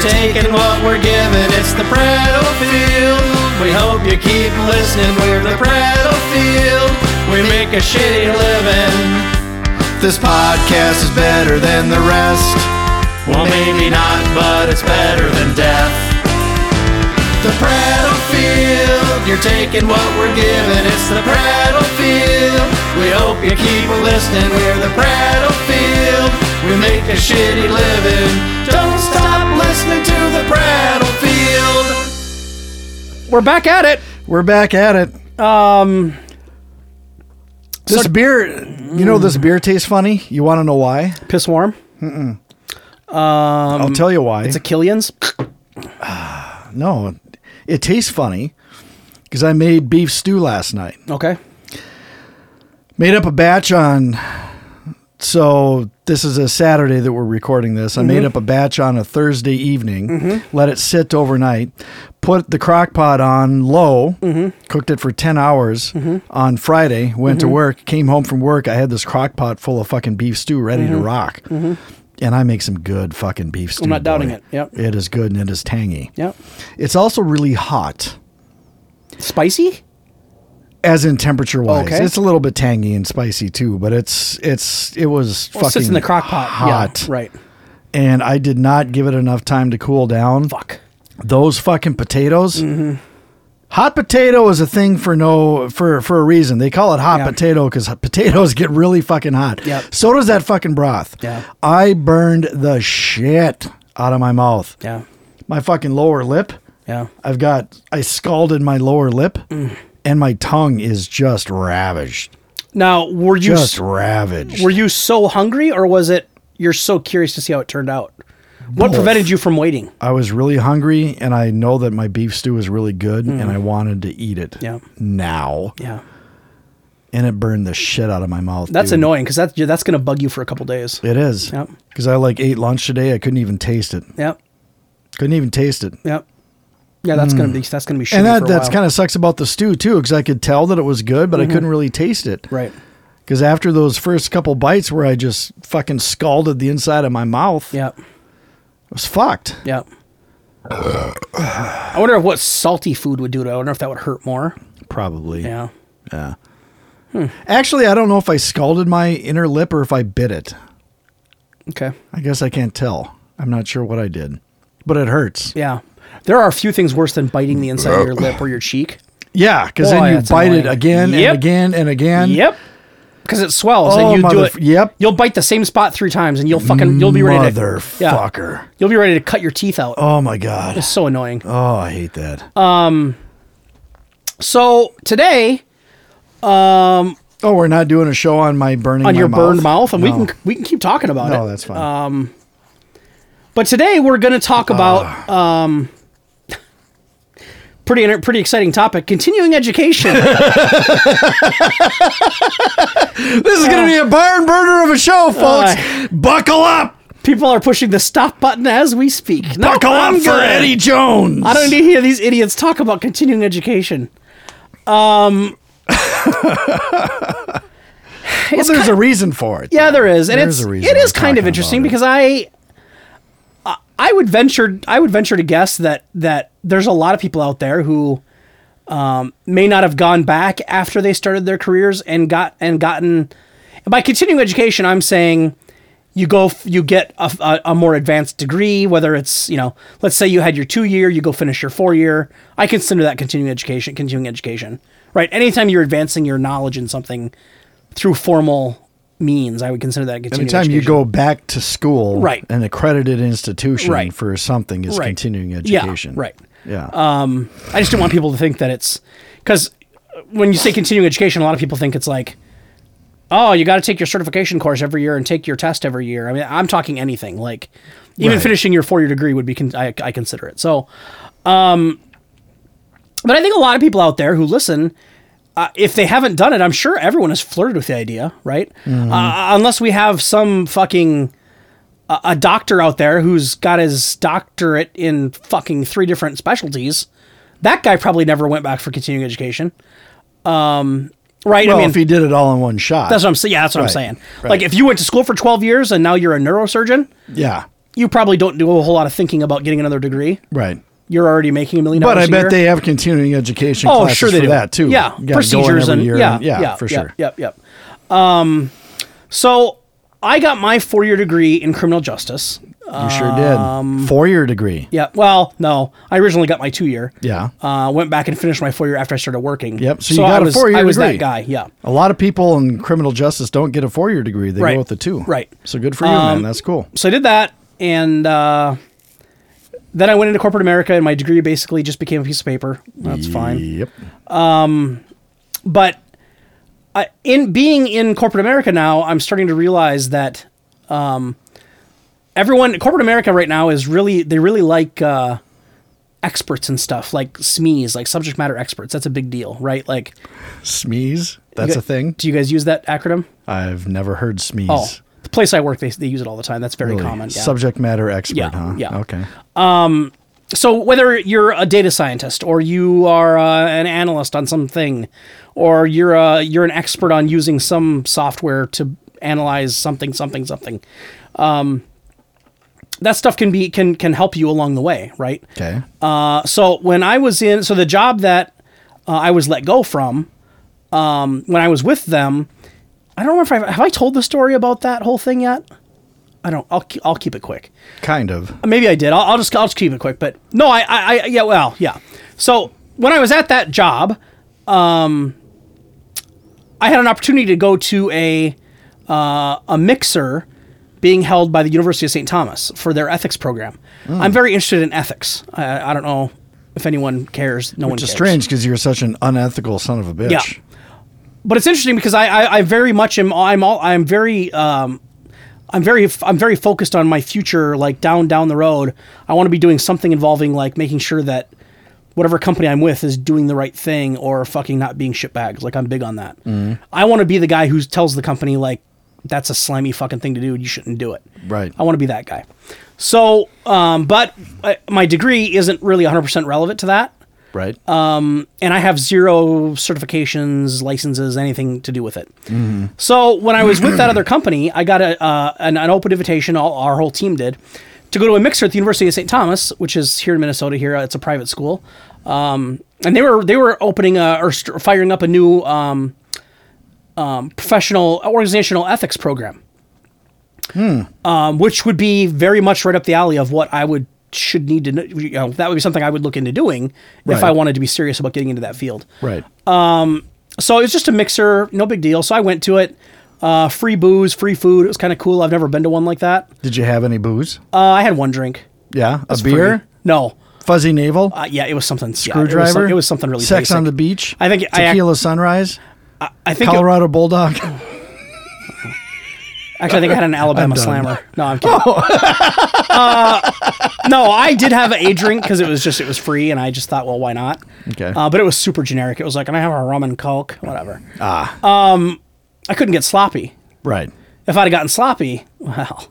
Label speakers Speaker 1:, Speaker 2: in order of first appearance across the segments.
Speaker 1: taking what we're giving. It's the Prattle Field. We hope you keep listening. We're the Prattle Field. We make a shitty living. This podcast is better than the rest. Well, maybe not, but it's better than death. The Prattle Field. You're taking what we're giving. It's the Prattle Field. We hope you keep listening. We're the Prattle Field. We make a shitty living. Don't stop listening to the Prattle Field.
Speaker 2: We're back at it.
Speaker 3: We're back at it. Um, this beer, you know,
Speaker 2: Mm.
Speaker 3: this beer tastes funny. You want to know why?
Speaker 2: Piss warm.
Speaker 3: I'll tell you why.
Speaker 2: Mm. It's a Killian's.
Speaker 3: no, it tastes funny because I made beef stew last night.
Speaker 2: Okay.
Speaker 3: Made up a batch on. So this is a Saturday that we're recording this. I
Speaker 2: Mm-hmm.
Speaker 3: made up a batch on a Thursday evening. Let it sit overnight. Put the crock pot on low.
Speaker 2: Mm-hmm.
Speaker 3: Cooked it for ten hours. On Friday, went to work. Came home from work. I had this crock pot full of fucking beef stew ready
Speaker 2: Mm-hmm.
Speaker 3: to rock. And I make some good fucking beef stew.
Speaker 2: not doubting
Speaker 3: boy.
Speaker 2: it. Yep.
Speaker 3: It is good and it is tangy.
Speaker 2: Yep.
Speaker 3: It's also really hot.
Speaker 2: Spicy.
Speaker 3: as in temperature wise.
Speaker 2: Okay.
Speaker 3: It's a little bit tangy and spicy too, but it's it's it was
Speaker 2: Well, it
Speaker 3: fucking
Speaker 2: sits in the crock pot.
Speaker 3: hot,
Speaker 2: Yeah, right.
Speaker 3: And I did not give it enough time to cool down.
Speaker 2: Fuck. Mm-hmm.
Speaker 3: Those fucking potatoes. Hot potato is a thing for no for for a reason. They call it hot
Speaker 2: Yeah.
Speaker 3: potato because potatoes get really fucking hot.
Speaker 2: Yep.
Speaker 3: So does that fucking broth.
Speaker 2: Yeah.
Speaker 3: I burned the shit out of my mouth.
Speaker 2: Yeah.
Speaker 3: My fucking lower lip.
Speaker 2: Yeah.
Speaker 3: I've got I scalded my lower lip
Speaker 2: Mm.
Speaker 3: and my tongue is just ravaged.
Speaker 2: Now, were you
Speaker 3: Just ravaged.
Speaker 2: were you so hungry, or was it you're so curious to see how it turned out? What prevented you from waiting?
Speaker 3: I was really hungry and I know that my beef stew is really good and I wanted to eat it
Speaker 2: Mm. Yeah.
Speaker 3: now.
Speaker 2: Yeah,
Speaker 3: And it burned the shit out of my mouth.
Speaker 2: that's
Speaker 3: dude.
Speaker 2: annoying because that's that's gonna bug you for a couple days.
Speaker 3: It is.
Speaker 2: Yep.
Speaker 3: Because I like ate lunch today. I couldn't even taste it.
Speaker 2: Yep.
Speaker 3: Couldn't even taste it.
Speaker 2: Yep. Yeah, that's gonna be that's gonna be. shitty
Speaker 3: And that
Speaker 2: for a
Speaker 3: that's
Speaker 2: while. Mm-hmm.
Speaker 3: kind of sucks about the stew too, because I could tell that it was good, but I couldn't really taste it.
Speaker 2: right.
Speaker 3: Because after those first couple bites where I just fucking scalded the inside of my mouth,
Speaker 2: Yeah.
Speaker 3: it was fucked.
Speaker 2: Yeah. I wonder if what salty food would do to. it. I wonder if that would hurt more.
Speaker 3: Probably.
Speaker 2: Yeah.
Speaker 3: Actually, I don't know if I scalded my inner lip or if I bit it.
Speaker 2: Okay.
Speaker 3: I guess I can't tell. I'm not sure what I did, but it hurts.
Speaker 2: Yeah. There are a few things worse than biting the inside of your lip or your cheek.
Speaker 3: Yeah, because
Speaker 2: Boy,
Speaker 3: then you
Speaker 2: that's
Speaker 3: bite it
Speaker 2: annoying.
Speaker 3: again
Speaker 2: Yep.
Speaker 3: and again and again.
Speaker 2: Yep. Because it swells
Speaker 3: Oh,
Speaker 2: and you do
Speaker 3: mother-
Speaker 2: it.
Speaker 3: yep.
Speaker 2: You'll bite the same spot three times and you'll fucking you'll be ready to Yeah.
Speaker 3: Motherfucker.
Speaker 2: You'll be ready to cut your teeth out.
Speaker 3: Oh my god.
Speaker 2: It's Uh, so annoying.
Speaker 3: Oh, I hate that.
Speaker 2: So today
Speaker 3: oh, we're not doing a show on my burning
Speaker 2: on
Speaker 3: my
Speaker 2: your
Speaker 3: mouth?
Speaker 2: burned mouth, and
Speaker 3: No.
Speaker 2: we can we can keep talking about it. Um,
Speaker 3: No, that's fine.
Speaker 2: But today we're going to
Speaker 3: Ah.
Speaker 2: talk about um, pretty inter- pretty exciting topic: continuing education.
Speaker 3: this is gonna be a barn burner of a show, folks.
Speaker 2: Uh,
Speaker 3: Buckle up.
Speaker 2: People are pushing the stop button as we speak. No,
Speaker 3: Buckle
Speaker 2: I'm
Speaker 3: up for
Speaker 2: good.
Speaker 3: Eddie Jones.
Speaker 2: I don't need to hear these idiots talk about continuing education.
Speaker 3: Well, there's a reason for it.
Speaker 2: Yeah, there is, and
Speaker 3: There's
Speaker 2: it's
Speaker 3: a reason
Speaker 2: it is
Speaker 3: we're
Speaker 2: kind
Speaker 3: talking
Speaker 2: of
Speaker 3: about
Speaker 2: interesting
Speaker 3: it.
Speaker 2: because I, I- I would venture I would venture to guess that that there's a lot of people out there who um, may not have gone back after they started their careers and got and gotten and by continuing education I'm saying you go f- you get a, a, a more advanced degree whether it's you know let's say you had your two year you go finish your four year I consider that continuing education continuing education right anytime you're advancing your knowledge in something through formal means I would consider that continuing
Speaker 3: Anytime you
Speaker 2: education.
Speaker 3: go back to school,
Speaker 2: Right.
Speaker 3: an accredited institution
Speaker 2: Right.
Speaker 3: for something is
Speaker 2: Right.
Speaker 3: continuing
Speaker 2: Yeah,
Speaker 3: education.
Speaker 2: right. Uh,
Speaker 3: Yeah.
Speaker 2: I just didn't want people to think that it's because when you say continuing education, a lot of people think it's like, oh, you got to take your certification course every year and take your test every year. I mean, I'm talking anything like even
Speaker 3: Right.
Speaker 2: finishing your four year degree would be con- I, I consider it. So, um, but I think a lot of people out there who listen. Uh, if they haven't done it, I'm sure everyone has flirted with the idea, right? Uh, unless we have some fucking uh, a doctor out there who's got his doctorate in fucking three different specialties that guy probably never went back for continuing education. Um, right?
Speaker 3: well,
Speaker 2: I mean,
Speaker 3: if he did it all in one shot.
Speaker 2: that's what I'm saying. Yeah, that's what I'm
Speaker 3: Right,
Speaker 2: saying.
Speaker 3: right.
Speaker 2: Like, if you went to school for 12 years and now you're a neurosurgeon,
Speaker 3: yeah.
Speaker 2: you probably don't do a whole lot of thinking about getting another degree.
Speaker 3: Right.
Speaker 2: You're already making a million dollars.
Speaker 3: But I
Speaker 2: a year.
Speaker 3: bet they have continuing education
Speaker 2: Oh,
Speaker 3: classes
Speaker 2: sure they
Speaker 3: for
Speaker 2: do
Speaker 3: that too.
Speaker 2: Yeah,
Speaker 3: You gotta go in
Speaker 2: procedures
Speaker 3: every
Speaker 2: and
Speaker 3: year
Speaker 2: yeah, yeah,
Speaker 3: for
Speaker 2: yeah,
Speaker 3: sure.
Speaker 2: Yep, yep. Um, so I got my four-year degree in criminal justice.
Speaker 3: You sure
Speaker 2: Um,
Speaker 3: did. Four year degree.
Speaker 2: Yeah. Well, no, I originally got my two-year.
Speaker 3: Yeah.
Speaker 2: Uh, went back and finished my four-year after I started working.
Speaker 3: Yep, so you got
Speaker 2: I
Speaker 3: a
Speaker 2: was,
Speaker 3: four-year
Speaker 2: I was
Speaker 3: degree.
Speaker 2: that guy. Yeah.
Speaker 3: A lot of people in criminal justice don't get a four year degree. They
Speaker 2: Right.
Speaker 3: go with the two.
Speaker 2: Right. Um,
Speaker 3: So good for you, man. That's cool.
Speaker 2: So I did that, and uh, then I went into corporate America, and my degree basically just became a piece of paper. That's fine.
Speaker 3: Yep.
Speaker 2: but uh, in being in corporate America now, I'm starting to realize that um, everyone corporate America right now is really they really like uh, experts and stuff like SMEs, like subject matter experts. That's a big deal, right? Like,
Speaker 3: Smeeze. That's a thing.
Speaker 2: do you guys use that acronym?
Speaker 3: I've never heard smeeze.
Speaker 2: Oh, the place I work, they, they use it all the time. That's very
Speaker 3: Really?
Speaker 2: common. yeah.
Speaker 3: Subject matter expert,
Speaker 2: Yeah,
Speaker 3: huh?
Speaker 2: yeah.
Speaker 3: Okay.
Speaker 2: so whether you're a data scientist or you are uh, an analyst on something or you're a, you're an expert on using some software to analyze something something something um, that stuff can be can can help you along the way right
Speaker 3: Okay.
Speaker 2: uh, so when I was in, so the job that uh, I was let go from, um, when I was with them, I don't remember if I have I told the story about that whole thing yet. I don't. I'll ke- I'll keep it quick.
Speaker 3: kind of.
Speaker 2: Uh, Maybe I did. I'll, I'll just I'll just keep it quick. But no, I, I I yeah well yeah. So when I was at that job, um, I had an opportunity to go to a uh, a mixer being held by the University of St. Thomas for their ethics program.
Speaker 3: Hmm.
Speaker 2: I'm very interested in ethics. I, I don't know if anyone cares. No one
Speaker 3: Which is
Speaker 2: cares.
Speaker 3: strange because you're such an unethical son of a bitch.
Speaker 2: Yeah. but it's interesting because I, I, I very much am I'm all I'm very um, I'm very I'm very focused on my future like down down the road. I want to be doing something involving like making sure that whatever company I'm with is doing the right thing or fucking not being shitbags. Like I'm big on that. I want to be the guy who tells the company like that's a slimy fucking thing to do. You shouldn't do it.
Speaker 3: Right.
Speaker 2: I want to be that guy. So, um, but uh, my degree isn't really 100% relevant to that
Speaker 3: Right.
Speaker 2: Uh, and I have zero certifications, licenses, anything to do with it. So when I was with that other company, I got a uh, an, an open invitation. All, our whole team did to go to a mixer at the University of St. Thomas, which is here in Minnesota. Here, it's a private school, um, and they were they were opening a, or st- firing up a new um, um, professional organizational ethics program, um, which would be very much right up the alley of what I would should need to know. You know that would be something I would look into doing if
Speaker 3: Right.
Speaker 2: I wanted to be serious about getting into that field.
Speaker 3: right.
Speaker 2: So it was just a mixer, no big deal. So I went to it. Uh, free booze, free food. It was kind of cool. I've never been to one like that.
Speaker 3: Did you have any booze?
Speaker 2: Uh, I had one drink.
Speaker 3: yeah. A
Speaker 2: Free.
Speaker 3: beer?
Speaker 2: No.
Speaker 3: Fuzzy navel?
Speaker 2: Uh, yeah, it was something. yeah, it was some-
Speaker 3: Screwdriver?
Speaker 2: it, was something really.
Speaker 3: Sex
Speaker 2: basic.
Speaker 3: on the beach?
Speaker 2: I think- I ac-
Speaker 3: Tequila sunrise?
Speaker 2: I think. it-
Speaker 3: Colorado Bulldog?
Speaker 2: actually, I think I had an Alabama Slammer. No, I'm kidding.
Speaker 3: Oh.
Speaker 2: Uh, no, I did have a drink because it was just it was free, and I just thought, well, why not?
Speaker 3: Okay.
Speaker 2: Uh, but it was super generic. It was like, and I have a rum and coke, whatever. Ah. Um, I couldn't get sloppy.
Speaker 3: right.
Speaker 2: If I'd have gotten sloppy, well,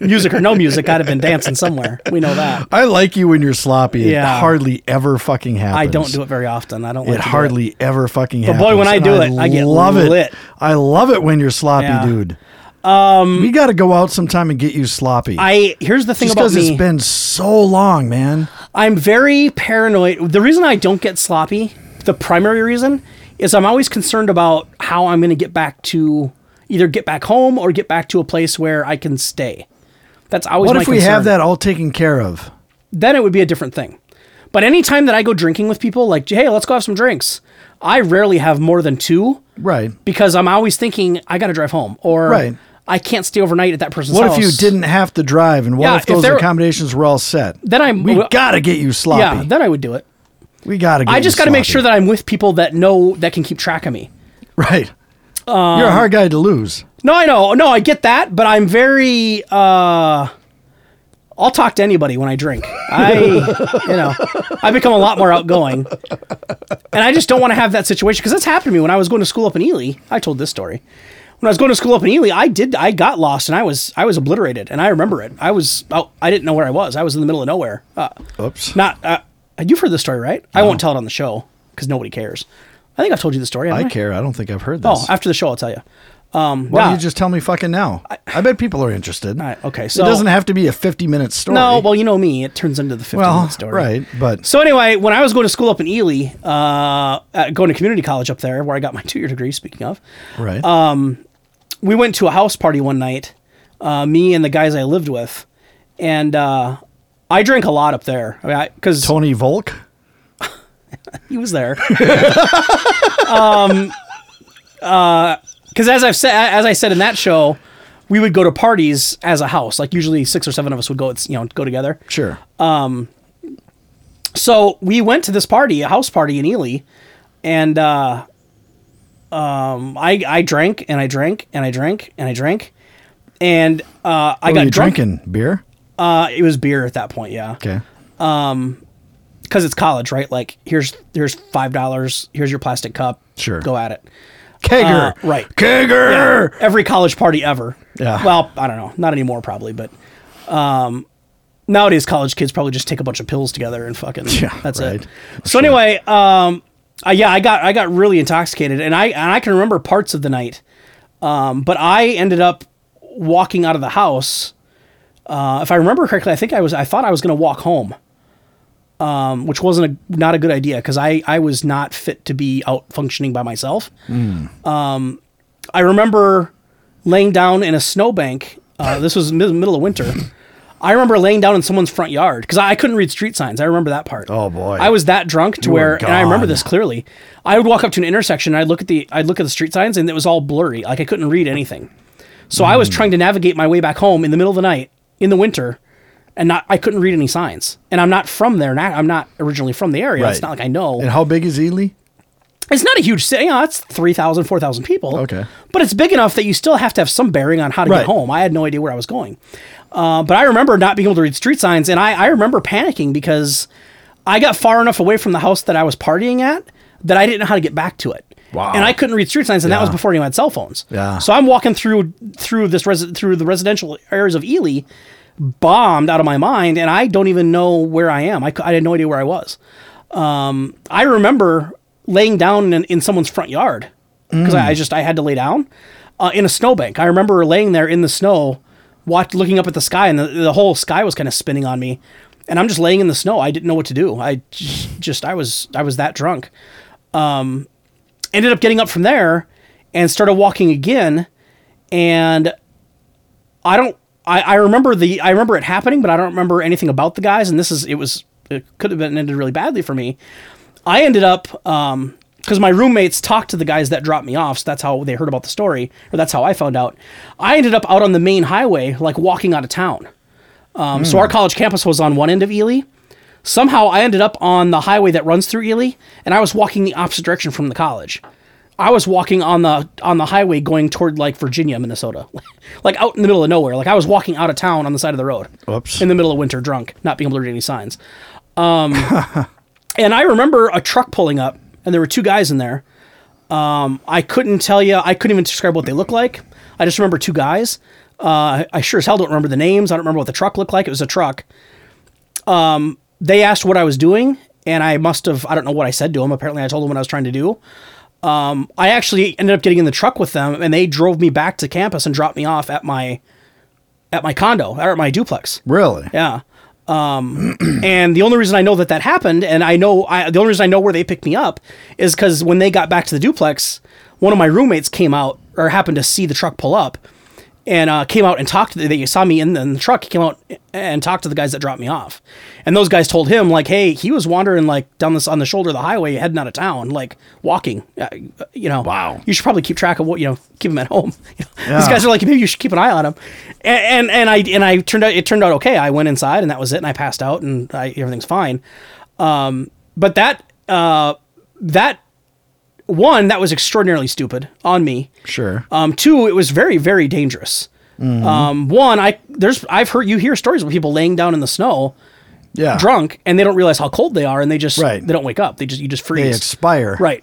Speaker 2: music or no music, I'd have been dancing somewhere. We know that.
Speaker 3: I like you when you're sloppy.
Speaker 2: Yeah.
Speaker 3: It hardly ever fucking happens.
Speaker 2: I don't do it very often. I don't. Like
Speaker 3: It
Speaker 2: to do
Speaker 3: hardly ever fucking happens.
Speaker 2: boy, when I
Speaker 3: and
Speaker 2: do it, I get
Speaker 3: love
Speaker 2: lit.
Speaker 3: it. I love it when you're sloppy,
Speaker 2: Yeah.
Speaker 3: dude. Um, we got to go out sometime and get you sloppy.
Speaker 2: I here's the thing
Speaker 3: Just
Speaker 2: about
Speaker 3: because
Speaker 2: me.
Speaker 3: it's been so long, man.
Speaker 2: I'm very paranoid. The reason I don't get sloppy, the primary reason, is I'm always concerned about how I'm going to get back to either get back home or get back to a place where I can stay. That's always
Speaker 3: What
Speaker 2: my
Speaker 3: if we have
Speaker 2: concern.
Speaker 3: that all taken care of?
Speaker 2: then it would be a different thing. But anytime that I go drinking with people, like, hey, let's go have some drinks, I rarely have more than two
Speaker 3: Right.
Speaker 2: because I'm always thinking I got to drive home or
Speaker 3: Right.
Speaker 2: I can't stay overnight at that person's
Speaker 3: What
Speaker 2: house.
Speaker 3: if you didn't have to drive, and what
Speaker 2: Yeah,
Speaker 3: if
Speaker 2: if
Speaker 3: those
Speaker 2: there-
Speaker 3: accommodations were all set?
Speaker 2: Then I'm-
Speaker 3: we gotta get you sloppy.
Speaker 2: Yeah, then I would do it.
Speaker 3: we gotta. Get
Speaker 2: I just got to make sure that I'm with people that know that can keep track of me.
Speaker 3: right. You're a hard guy to lose.
Speaker 2: No, I know. No, I get that, but I'm very uh I'll talk to anybody when I drink. I you know, I become a lot more outgoing. And I just don't want to have that situation because that's happened to me when I was going to school up in Ely. I told this story. When I was going to school up in Ely, I did I got lost and I was I was obliterated and I remember it. I was oh, I didn't know where I was. I was in the middle of nowhere. Uh,
Speaker 3: Oops.
Speaker 2: not uh, you've heard this story, right? I won't tell it on the show because nobody cares. I think I've told you the story. haven't
Speaker 3: I care. I don't think I've heard this.
Speaker 2: Oh, after the show, I'll tell you. Um,
Speaker 3: Why
Speaker 2: yeah.
Speaker 3: don't you just tell me fucking now? I bet people are interested.
Speaker 2: All right, okay,
Speaker 3: it
Speaker 2: so-
Speaker 3: doesn't have to be a 50 minute story.
Speaker 2: No, well, you know me. It turns into the 15
Speaker 3: well,
Speaker 2: minute story.
Speaker 3: right, but
Speaker 2: So anyway, when I was going to school up in Ely, uh, uh, going to community college up there, where I got my two-year degree. Speaking of,
Speaker 3: right.
Speaker 2: uh, we went to a house party one night, uh, me and the guys I lived with, and uh, I drank a lot up there. I mean, because
Speaker 3: Tony Volk.
Speaker 2: he was there. um, because uh, as I've said, as I said in that show, we would go to parties as a house. Like usually six or seven of us would go. It's you know go together.
Speaker 3: Sure.
Speaker 2: So we went to this party, a house party in Ely, and uh, um, I I drank and I drank and I drank and I drank, and uh, I
Speaker 3: What were
Speaker 2: got
Speaker 3: you
Speaker 2: drunk.
Speaker 3: drinking beer.
Speaker 2: Uh, it was beer at that point, yeah,
Speaker 3: Okay.
Speaker 2: because it's college, right? Like here's here's five dollars, here's your plastic cup,
Speaker 3: Sure.
Speaker 2: go at it.
Speaker 3: Kegger.
Speaker 2: Uh, right.
Speaker 3: Kegger.
Speaker 2: Every college party ever.
Speaker 3: Yeah.
Speaker 2: Well, I don't know, not anymore probably, but um, nowadays college kids probably just take a bunch of pills together and fucking
Speaker 3: Yeah,
Speaker 2: that's
Speaker 3: right.
Speaker 2: it. So anyway, um, I, yeah, I got I got really intoxicated, and I and I can remember parts of the night, um, but I ended up walking out of the house. Uh, if I remember correctly, I think I was I thought I was going to walk home, um, which wasn't a, not a good idea because I I was not fit to be out functioning by myself. Um,
Speaker 3: Hmm.
Speaker 2: I remember laying down in a snowbank. Uh, this was mid- middle of winter. I remember laying down in someone's front yard because I, I couldn't read street signs. I remember that part.
Speaker 3: Oh, boy.
Speaker 2: I was that drunk to
Speaker 3: You were
Speaker 2: where, and I remember
Speaker 3: gone.
Speaker 2: this clearly. I would walk up to an intersection. and I'd look at the I'd look at the street signs, and it was all blurry. Like I couldn't read anything. So I was
Speaker 3: Hmm.
Speaker 2: trying to navigate my way back home in the middle of the night in the winter, and not I couldn't read any signs. And I'm not from there. Not, I'm not originally from the area. It's
Speaker 3: Right.
Speaker 2: not like I know.
Speaker 3: And how big is Ely?
Speaker 2: it's not a huge city. You know, it's 3,000, 4,000 people.
Speaker 3: Okay.
Speaker 2: But it's big enough that you still have to have some bearing on how to
Speaker 3: Right.
Speaker 2: get home. I had no idea where I was going. Uh, but I remember not being able to read street signs, and I, I remember panicking because I got far enough away from the house that I was partying at that I didn't know how to get back to it.
Speaker 3: Wow.
Speaker 2: And I couldn't read street signs, and that was
Speaker 3: Yeah.
Speaker 2: before anyone had cell phones.
Speaker 3: Yeah.
Speaker 2: So I'm walking through through this resi- through the residential areas of Ely, bombed out of my mind, and I don't even know where I am. I, cou- I had no idea where I was. Um, I remember laying down in, in someone's front yard because I, I just I had to lay down uh, in a snowbank. I remember laying there in the snow, watch, looking up at the sky, and the, the whole sky was kind of spinning on me. And I'm just laying in the snow. I didn't know what to do. I j- just I was I was that drunk ended up getting up from there and started walking again and i don't I, I remember the i remember it happening but i don't remember anything about the guys and this is it was it could have been ended really badly for me i ended up um because my roommates talked to the guys that dropped me off so that's how they heard about the story or that's how i found out i ended up out on the main highway like walking out of town um, so our college campus was on one end of ely somehow I ended up on the highway that runs through Ely, and I was walking the opposite direction from the college. I was walking on the on the highway going toward like Virginia, Minnesota, like out in the middle of nowhere. Like I was walking out of town on the side of the road.
Speaker 3: Oops.
Speaker 2: In the middle of winter, drunk, not being able to read any signs. Um, and I remember a truck pulling up, and there were two guys in there. Um, I couldn't tell you. I couldn't even describe what they looked like. I just remember two guys. Uh, I sure as hell don't remember the names. I don't remember what the truck looked like. It was a truck Um, they asked what I was doing, and I must have, I don't know what I said to them. Apparently, I told them what I was trying to do. Um, I actually ended up getting in the truck with them, and they drove me back to campus and dropped me off at my at my condo or at my duplex.
Speaker 3: Really?
Speaker 2: Yeah. Um, and the only reason I know that that happened, and I know I, the only reason I know where they picked me up is because when they got back to the duplex, one of my roommates came out or happened to see the truck pull up, and uh, came out and talked to the, they saw me in the, in the truck. He came out and talked to the guys that dropped me off, and those guys told him like, "Hey, he was wandering like down this on the shoulder of the highway, heading out of town, like walking. Uh, you know,
Speaker 3: Wow.
Speaker 2: You should probably keep track of what you know, keep him at home. You know,
Speaker 3: Yeah.
Speaker 2: These guys are like, maybe you should keep an eye on him. And, and and I and I turned out it turned out okay. I went inside and that was it. And I passed out and I, everything's fine. Um, but that uh, that one that was extraordinarily stupid on me.
Speaker 3: Sure.
Speaker 2: Um, two, it was very very dangerous.
Speaker 3: Mm-hmm.
Speaker 2: Um, one, I there's I've heard you hear stories of people laying down in the snow
Speaker 3: yeah.
Speaker 2: drunk and they don't realize how cold they are and they just
Speaker 3: Ah. Right.
Speaker 2: they don't wake up. They just you just freeze.
Speaker 3: They expire.
Speaker 2: Right.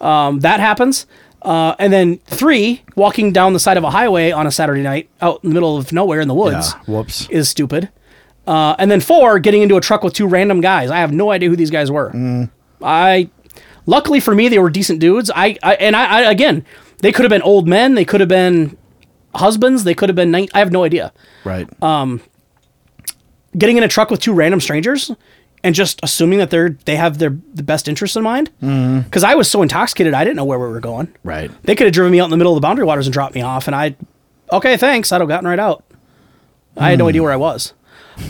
Speaker 2: Um, that happens. Uh, and then three, walking down the side of a highway on a Saturday night out in the middle of nowhere in the woods
Speaker 3: Yeah, whoops.
Speaker 2: is stupid. Uh, and then four, getting into a truck with two random guys. I have no idea who these guys were.
Speaker 3: Mm.
Speaker 2: I, luckily for me, they were decent dudes. I, I and I, I again, they could have been old men. They could have been husbands. They could have been. Nine, I have no idea.
Speaker 3: Right.
Speaker 2: Um, Getting in a truck with two random strangers and just assuming that they're they have their the best interests in mind. Because I was so intoxicated, I didn't know where we were going.
Speaker 3: right.
Speaker 2: They could have driven me out in the middle of the boundary waters and dropped me off, and I, okay, thanks. I'd have gotten right out. I had no idea where I was.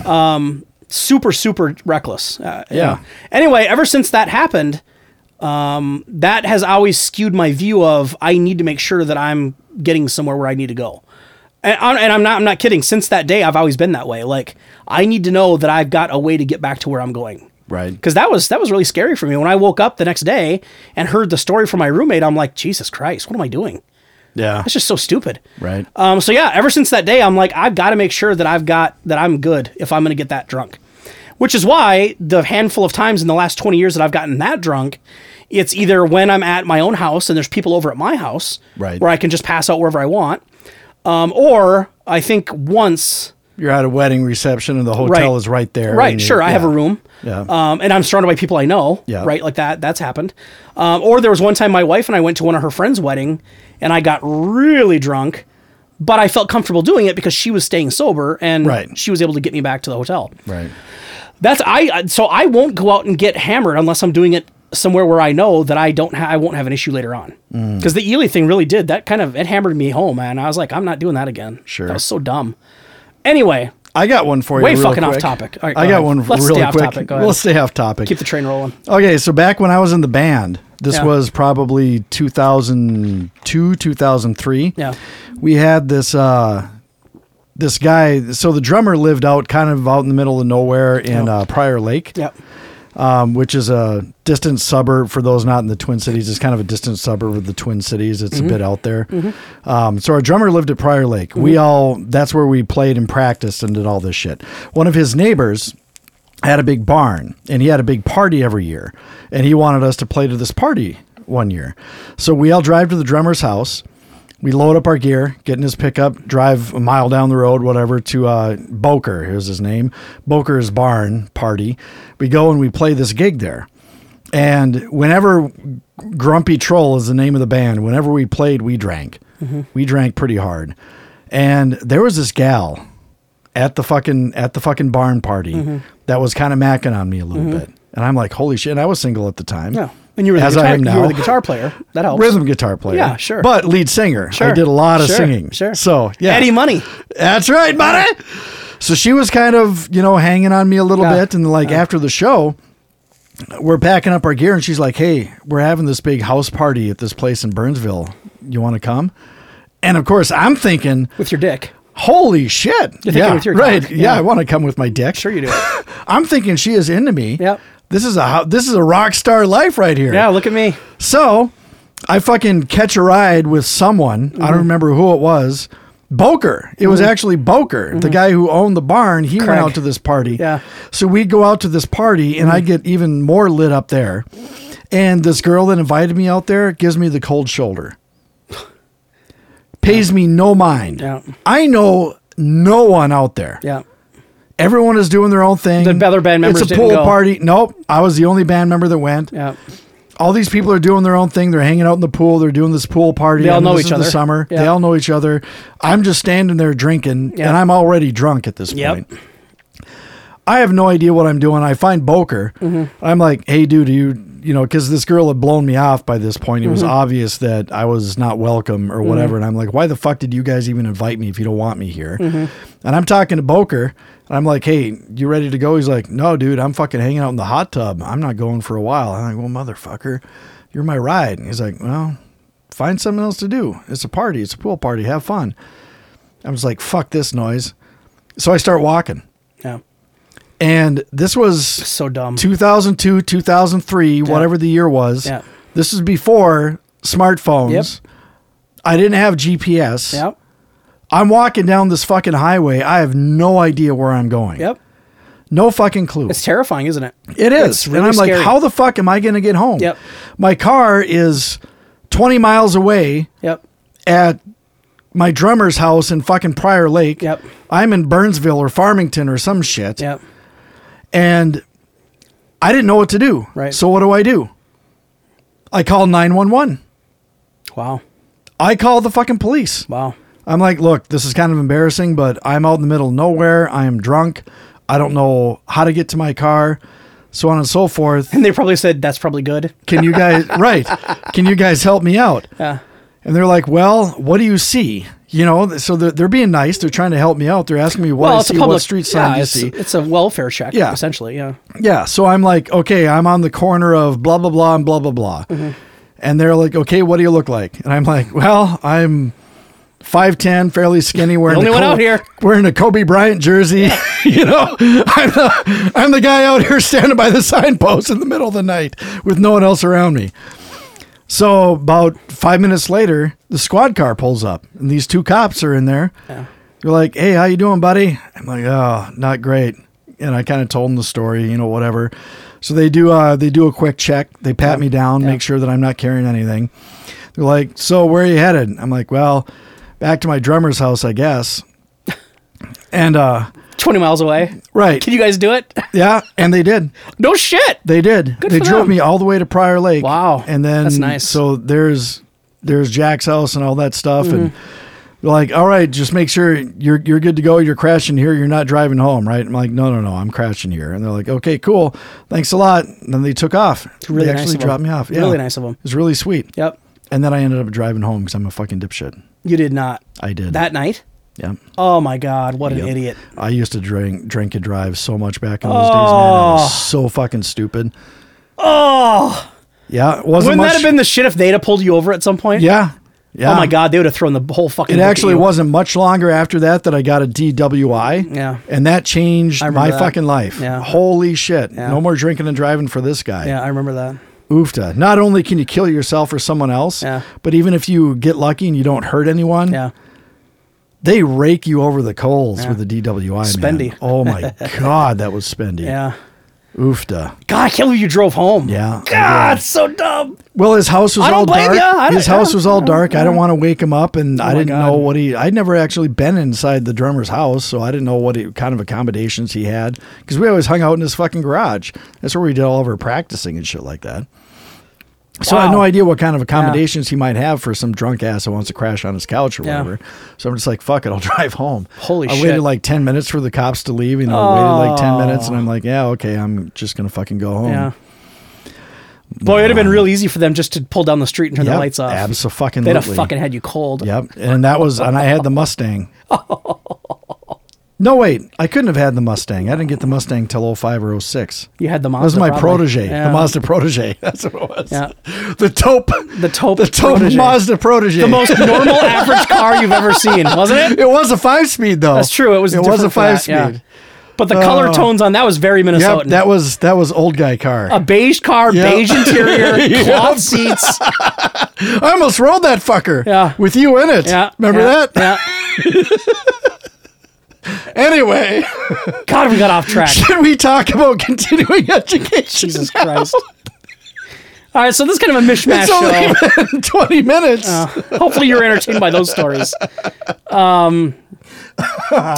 Speaker 2: Um, super, super reckless. Uh, you
Speaker 3: Yeah.
Speaker 2: know. Anyway, ever since that happened, um, that has always skewed my view of I need to make sure that I'm getting somewhere where I need to go. And, I'm- and I'm not, I'm not kidding. Since that day, I've always been that way. Like I need to know that I've got a way to get back to where I'm going
Speaker 3: Right.
Speaker 2: because that was that was really scary for me when I woke up the next day and heard the story from my roommate. I'm like, Jesus Christ, what am I doing?
Speaker 3: Yeah.
Speaker 2: That's just so stupid.
Speaker 3: Right.
Speaker 2: Um, so yeah, ever since that day, I'm like, I've got to make sure that I've got that I'm good if I'm going to get that drunk. Which is why the handful of times in the last 20 years that I've gotten that drunk, it's either when I'm at my own house and there's people over at my house,
Speaker 3: Right.
Speaker 2: where I can just pass out wherever I want, um, or I think once.
Speaker 3: You're at a wedding reception and the hotel is right there.
Speaker 2: Right,
Speaker 3: and you-
Speaker 2: sure. I have a
Speaker 3: yeah.
Speaker 2: room.
Speaker 3: Yeah.
Speaker 2: Um, and I'm surrounded by people I know.
Speaker 3: Yeah.
Speaker 2: Right, like that. That's happened. Um, or there was one time my wife and I went to one of her friends' wedding, and I got really drunk, but I felt comfortable doing it because she was staying sober, and
Speaker 3: Right.
Speaker 2: she was able to get me back to the hotel.
Speaker 3: Right.
Speaker 2: That's I. I- So I won't go out and get hammered unless I'm doing it somewhere where I know that I don't. Ha- I won't have an issue later on.
Speaker 3: Mm.
Speaker 2: Because the Ely thing really did that kind of it hammered me home, man. I was like, I'm not doing that again.
Speaker 3: Sure.
Speaker 2: That was so dumb. Anyway,
Speaker 3: I got one for you.
Speaker 2: Way
Speaker 3: real
Speaker 2: fucking off
Speaker 3: quick.
Speaker 2: topic. All right,
Speaker 3: I
Speaker 2: go
Speaker 3: got
Speaker 2: ahead.
Speaker 3: one for
Speaker 2: Let's stay
Speaker 3: really
Speaker 2: off
Speaker 3: quick.
Speaker 2: topic. Go ahead.
Speaker 3: We'll stay off topic.
Speaker 2: keep the train rolling.
Speaker 3: Okay, so back when I was in the band, this
Speaker 2: Yeah.
Speaker 3: was probably 2002, 2003.
Speaker 2: Yeah.
Speaker 3: We had this uh this guy, so the drummer lived out kind of out in the middle of nowhere in uh, Prior Lake,
Speaker 2: Yep.
Speaker 3: um, which is a distant suburb for those not in the Twin Cities. It's kind of a distant suburb of the Twin Cities. It's a bit out there. Um, so our drummer lived at Prior Lake. We all that's where we played and practiced and did all this shit. One of his neighbors had a big barn and he had a big party every year and he wanted us to play to this party one year so we all drive to the drummer's house we load up our gear get in his pickup drive a mile down the road whatever to uh, boker here's his name boker's barn party we go and we play this gig there and whenever Grumpy Troll is the name of the band, whenever we played, we drank.
Speaker 2: Mm-hmm.
Speaker 3: We drank pretty hard. And there was this gal at the fucking at the fucking barn party
Speaker 2: Mm-hmm.
Speaker 3: that was kind of macking on me a little bit. And I'm like, holy shit. And I was single at the time.
Speaker 2: Yeah. And you were the
Speaker 3: as
Speaker 2: guitar,
Speaker 3: I am now.
Speaker 2: you were the guitar player. That helps.
Speaker 3: Rhythm guitar player.
Speaker 2: Yeah, sure.
Speaker 3: But lead singer.
Speaker 2: Sure.
Speaker 3: I did a lot of
Speaker 2: Sure.
Speaker 3: singing.
Speaker 2: Sure.
Speaker 3: So yeah.
Speaker 2: Eddie Money.
Speaker 3: That's right, buddy. So she was kind of, you know, hanging on me a little
Speaker 2: Yeah.
Speaker 3: bit. And like after the show, we're packing up our gear and she's like, hey, we're having this big house party at this place in Burnsville. You want to come? And of course, I'm thinking,
Speaker 2: With your dick.
Speaker 3: holy shit.
Speaker 2: thinking
Speaker 3: yeah,
Speaker 2: with your
Speaker 3: right.
Speaker 2: cock.
Speaker 3: Yeah,
Speaker 2: Yeah.
Speaker 3: I want to come with my dick.
Speaker 2: Sure you do.
Speaker 3: I'm thinking she is into me.
Speaker 2: Yep.
Speaker 3: This is a ho- this is a rock star life right here.
Speaker 2: yeah, look at me.
Speaker 3: So I fucking catch a ride with someone. I
Speaker 2: Mm-hmm.
Speaker 3: don't remember who it was. Boker. It was actually Boker, the guy who owned the barn. He went
Speaker 2: Mm-hmm. Craig.
Speaker 3: out to this party.
Speaker 2: Yeah. Mm-hmm.
Speaker 3: So we go out to this party, and I get even more lit up there. And this girl that invited me out there gives me the cold shoulder. Pays me no mind.
Speaker 2: Yeah.
Speaker 3: I know no one out there.
Speaker 2: Yeah.
Speaker 3: Everyone is doing their own thing.
Speaker 2: The other band members
Speaker 3: It's a
Speaker 2: didn't
Speaker 3: pool
Speaker 2: go.
Speaker 3: party. Nope. I was the only band member that went
Speaker 2: Yeah.
Speaker 3: all these people are doing their own thing. They're hanging out in the pool. They're doing this pool party.
Speaker 2: They all
Speaker 3: I mean,
Speaker 2: know
Speaker 3: this
Speaker 2: each
Speaker 3: is
Speaker 2: other.
Speaker 3: The summer.
Speaker 2: Yeah.
Speaker 3: They all know each other. I'm just standing there drinking,
Speaker 2: Yeah.
Speaker 3: and I'm already drunk at this
Speaker 2: Yep.
Speaker 3: point. I have no idea what I'm doing. I find Boker. I'm like, hey, dude, you, you know, because this girl had blown me off by this point. It was obvious that I was not welcome or whatever. And I'm like, why the fuck did you guys even invite me if you don't want me here? And I'm talking to Boker. And I'm like, hey, you ready to go? He's like, no, dude, I'm fucking hanging out in the hot tub. I'm not going for a while. I'm like, well, motherfucker, you're my ride. And he's like, well, find something else to do. It's a party. It's a pool party. Have fun. I was like, fuck this noise. So I start walking.
Speaker 2: Yeah.
Speaker 3: And this was
Speaker 2: So dumb.
Speaker 3: 2002, 2003, whatever the year was.
Speaker 2: Yeah.
Speaker 3: This is before smartphones. I didn't have GPS.
Speaker 2: Yep.
Speaker 3: I'm walking down this fucking highway. I have no idea where I'm going.
Speaker 2: Yep.
Speaker 3: No fucking clue.
Speaker 2: It's terrifying, isn't it?
Speaker 3: It is.
Speaker 2: It's really
Speaker 3: and I'm
Speaker 2: scary.
Speaker 3: like, how the fuck am I going to get home?
Speaker 2: Yep.
Speaker 3: My car is 20 miles away
Speaker 2: Yep.
Speaker 3: at my drummer's house in fucking Prior Lake.
Speaker 2: Yep.
Speaker 3: I'm in Burnsville or Farmington or some shit.
Speaker 2: Yep.
Speaker 3: And I didn't know what to do.
Speaker 2: Right.
Speaker 3: So what do I do? I call 911.
Speaker 2: Wow.
Speaker 3: I call the fucking police.
Speaker 2: Wow.
Speaker 3: I'm like, look, this is kind of embarrassing, but I'm out in the middle of nowhere. I am drunk. I don't know how to get to my car, so on and so forth.
Speaker 2: And they probably said that's probably good.
Speaker 3: Can you guys, right? Can you guys help me out?
Speaker 2: Yeah.
Speaker 3: And they're like, well, what do you see? You know, th- so they're, they're being nice. They're trying to help me out. They're asking me what I see, what street sign
Speaker 2: yeah,
Speaker 3: you
Speaker 2: it's,
Speaker 3: see.
Speaker 2: it's a welfare check.
Speaker 3: Yeah.
Speaker 2: essentially. Yeah.
Speaker 3: Yeah. So I'm like, okay, I'm on the corner of blah, blah, blah, and blah, blah, blah.
Speaker 2: Mm-hmm.
Speaker 3: And they're like, okay, what do you look like? And I'm like, well, I'm 5'10, fairly skinny, wearing,
Speaker 2: only
Speaker 3: a
Speaker 2: one
Speaker 3: Kobe-
Speaker 2: out here.
Speaker 3: wearing a Kobe Bryant jersey. you know, I'm the, I'm the guy out here standing by the signpost in the middle of the night with no one else around me. So about five minutes later, the squad car pulls up, and these two cops are in there. They're like, "Hey, how you doing, buddy?" I'm like, "Oh, not great." And I kind of told them the story, you know, whatever. So they do uh, they do a quick check. They pat me down, make sure that I'm not carrying anything. They're like, "So where are you headed?" I'm like, "Well, back to my drummer's house, I guess." and uh,
Speaker 2: Twenty miles away.
Speaker 3: right,
Speaker 2: Can you guys do it?
Speaker 3: yeah, and they did.
Speaker 2: no shit.
Speaker 3: They did. they
Speaker 2: for
Speaker 3: drove
Speaker 2: them.
Speaker 3: me all the way to Prior Lake.
Speaker 2: Wow.
Speaker 3: And then
Speaker 2: That's nice.
Speaker 3: So there's there's Jack's house and all that stuff and
Speaker 2: Mm-hmm.
Speaker 3: they're like, all right, just make sure you're you're good to go. You're crashing here. You're not driving home, right? I'm like, no, no, no, I'm crashing here. And they're like, okay, cool, thanks a lot. And then they took off.
Speaker 2: really
Speaker 3: they
Speaker 2: nice
Speaker 3: actually
Speaker 2: of 'em.
Speaker 3: dropped me off.
Speaker 2: Really nice of 'em.
Speaker 3: It was really sweet.
Speaker 2: Yep.
Speaker 3: And then I ended up driving home because I'm a fucking dipshit.
Speaker 2: You did not.
Speaker 3: I did.
Speaker 2: That night.
Speaker 3: yeah.
Speaker 2: Oh my god! What an
Speaker 3: Yep.
Speaker 2: idiot.
Speaker 3: I used to drink drink and drive so much back in those days, man. I
Speaker 2: Oh.
Speaker 3: was so fucking stupid. Oh. Yeah, it wasn't
Speaker 2: Wouldn't
Speaker 3: much.
Speaker 2: that have been the shit if they'd have pulled you over at some point?
Speaker 3: Yeah. Yeah.
Speaker 2: Oh my god, they would have thrown the whole fucking.
Speaker 3: It
Speaker 2: book at
Speaker 3: actually
Speaker 2: you.
Speaker 3: wasn't much longer after that that I got a DWI.
Speaker 2: Yeah.
Speaker 3: And that changed
Speaker 2: remember
Speaker 3: my
Speaker 2: that.
Speaker 3: fucking life.
Speaker 2: Yeah.
Speaker 3: Holy shit.
Speaker 2: Yeah.
Speaker 3: No more drinking and driving for this guy.
Speaker 2: Yeah, I remember that.
Speaker 3: Oofta. Not only can you kill yourself or someone else,
Speaker 2: Yeah.
Speaker 3: but even if you get lucky and you don't hurt anyone,
Speaker 2: Yeah.
Speaker 3: they rake you over the coals with the DWI. man.
Speaker 2: Spendy.
Speaker 3: Oh my God, that was spendy.
Speaker 2: Yeah.
Speaker 3: Oofta.
Speaker 2: God, I can't believe you drove home.
Speaker 3: Yeah, I
Speaker 2: God,
Speaker 3: did.
Speaker 2: so dumb.
Speaker 3: Well, his house was
Speaker 2: I don't
Speaker 3: all
Speaker 2: blame
Speaker 3: dark.
Speaker 2: ya. I don't-
Speaker 3: his house
Speaker 2: yeah.
Speaker 3: was all dark. I didn't want to wake him up, and I
Speaker 2: my
Speaker 3: didn't
Speaker 2: God.
Speaker 3: know what he. I'd never actually been inside the drummer's house, so I didn't know what he, kind of accommodations he had because we always hung out in his fucking garage. That's where we did all of our practicing and shit like that. So I had
Speaker 2: Wow.
Speaker 3: no idea what kind of accommodations he might have for some drunk ass that wants to crash on his couch or
Speaker 2: Yeah.
Speaker 3: whatever. So I'm just like, fuck it, I'll drive home.
Speaker 2: Holy
Speaker 3: I waited
Speaker 2: shit.
Speaker 3: like ten minutes for the cops to leave, and I waited like ten minutes, and I'm like, yeah, okay, I'm just gonna fucking go home.
Speaker 2: Yeah. Boy, it'd have been real easy for them just to pull down the street and turn the
Speaker 3: Yep,
Speaker 2: lights off.
Speaker 3: abso-fucking-lutely.
Speaker 2: They'd have fucking had you cold.
Speaker 3: Yep. And that was, and I had the Mustang. No, wait. I couldn't have had the Mustang. I didn't get the Mustang till 05 or 06.
Speaker 2: You had the
Speaker 3: That was
Speaker 2: Mazda.
Speaker 3: my
Speaker 2: probably.
Speaker 3: protege,
Speaker 2: Yeah.
Speaker 3: the Mazda protege. That's what it was.
Speaker 2: Yeah.
Speaker 3: The taupe.
Speaker 2: The taupe
Speaker 3: The taupe
Speaker 2: protege.
Speaker 3: Mazda protege.
Speaker 2: The most normal average car you've ever seen, wasn't it?
Speaker 3: It was a five speed though.
Speaker 2: That's true. It was.
Speaker 3: It was a
Speaker 2: different for that,
Speaker 3: five speed.
Speaker 2: yeah. But the color
Speaker 3: Oh.
Speaker 2: tones on that was very
Speaker 3: Yeah.
Speaker 2: Minnesotan.
Speaker 3: Yep. That was that was old guy car.
Speaker 2: a beige car,
Speaker 3: Yep.
Speaker 2: beige interior,
Speaker 3: Yep.
Speaker 2: cloth seats.
Speaker 3: I almost rode that fucker.
Speaker 2: Yeah.
Speaker 3: With you in it.
Speaker 2: Yeah.
Speaker 3: Remember
Speaker 2: yeah,
Speaker 3: that? Anyway,
Speaker 2: Yeah. God, we got off track.
Speaker 3: should we talk about continuing education?
Speaker 2: Jesus Christ. All right, so this is kind of a mishmash
Speaker 3: It's
Speaker 2: show.
Speaker 3: only been 20 minutes.
Speaker 2: Uh, Hopefully, you're entertained by those stories. Um,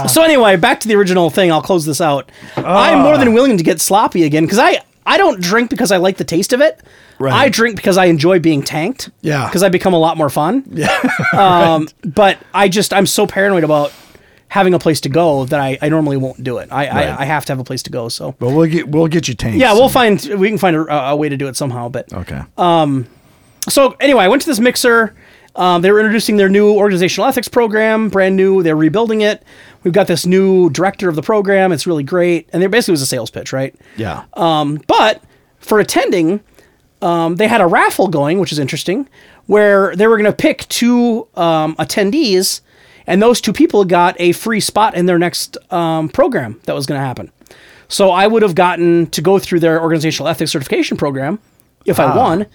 Speaker 2: so anyway, back to the original thing. I'll close this out. I'm more
Speaker 3: Ah.
Speaker 2: than willing to get sloppy again because I I don't drink because I like the taste of it.
Speaker 3: Right.
Speaker 2: I drink because I enjoy being tanked.
Speaker 3: Yeah.
Speaker 2: Because I become a lot more fun. Yeah. um, But I just I'm so paranoid about having a place to go that I, I normally won't do it. I,
Speaker 3: Right.
Speaker 2: I I have to have a place to go. So
Speaker 3: But we'll get we'll get you tanks.
Speaker 2: yeah, we'll uh, find we can find a, a way to do it somehow. But
Speaker 3: Okay.
Speaker 2: so anyway, I went to this mixer. Um, they were introducing their new organizational ethics program, brand new. They're rebuilding it. We've got this new director of the program. It's really great. And there basically was a sales pitch, right?
Speaker 3: yeah.
Speaker 2: Um, but for attending, um, they had a raffle going, which is interesting, where they were going to pick two um, attendees, and those two people got a free spot in their next um, program that was going to happen. So I would have gotten to go through their organizational ethics certification program if I won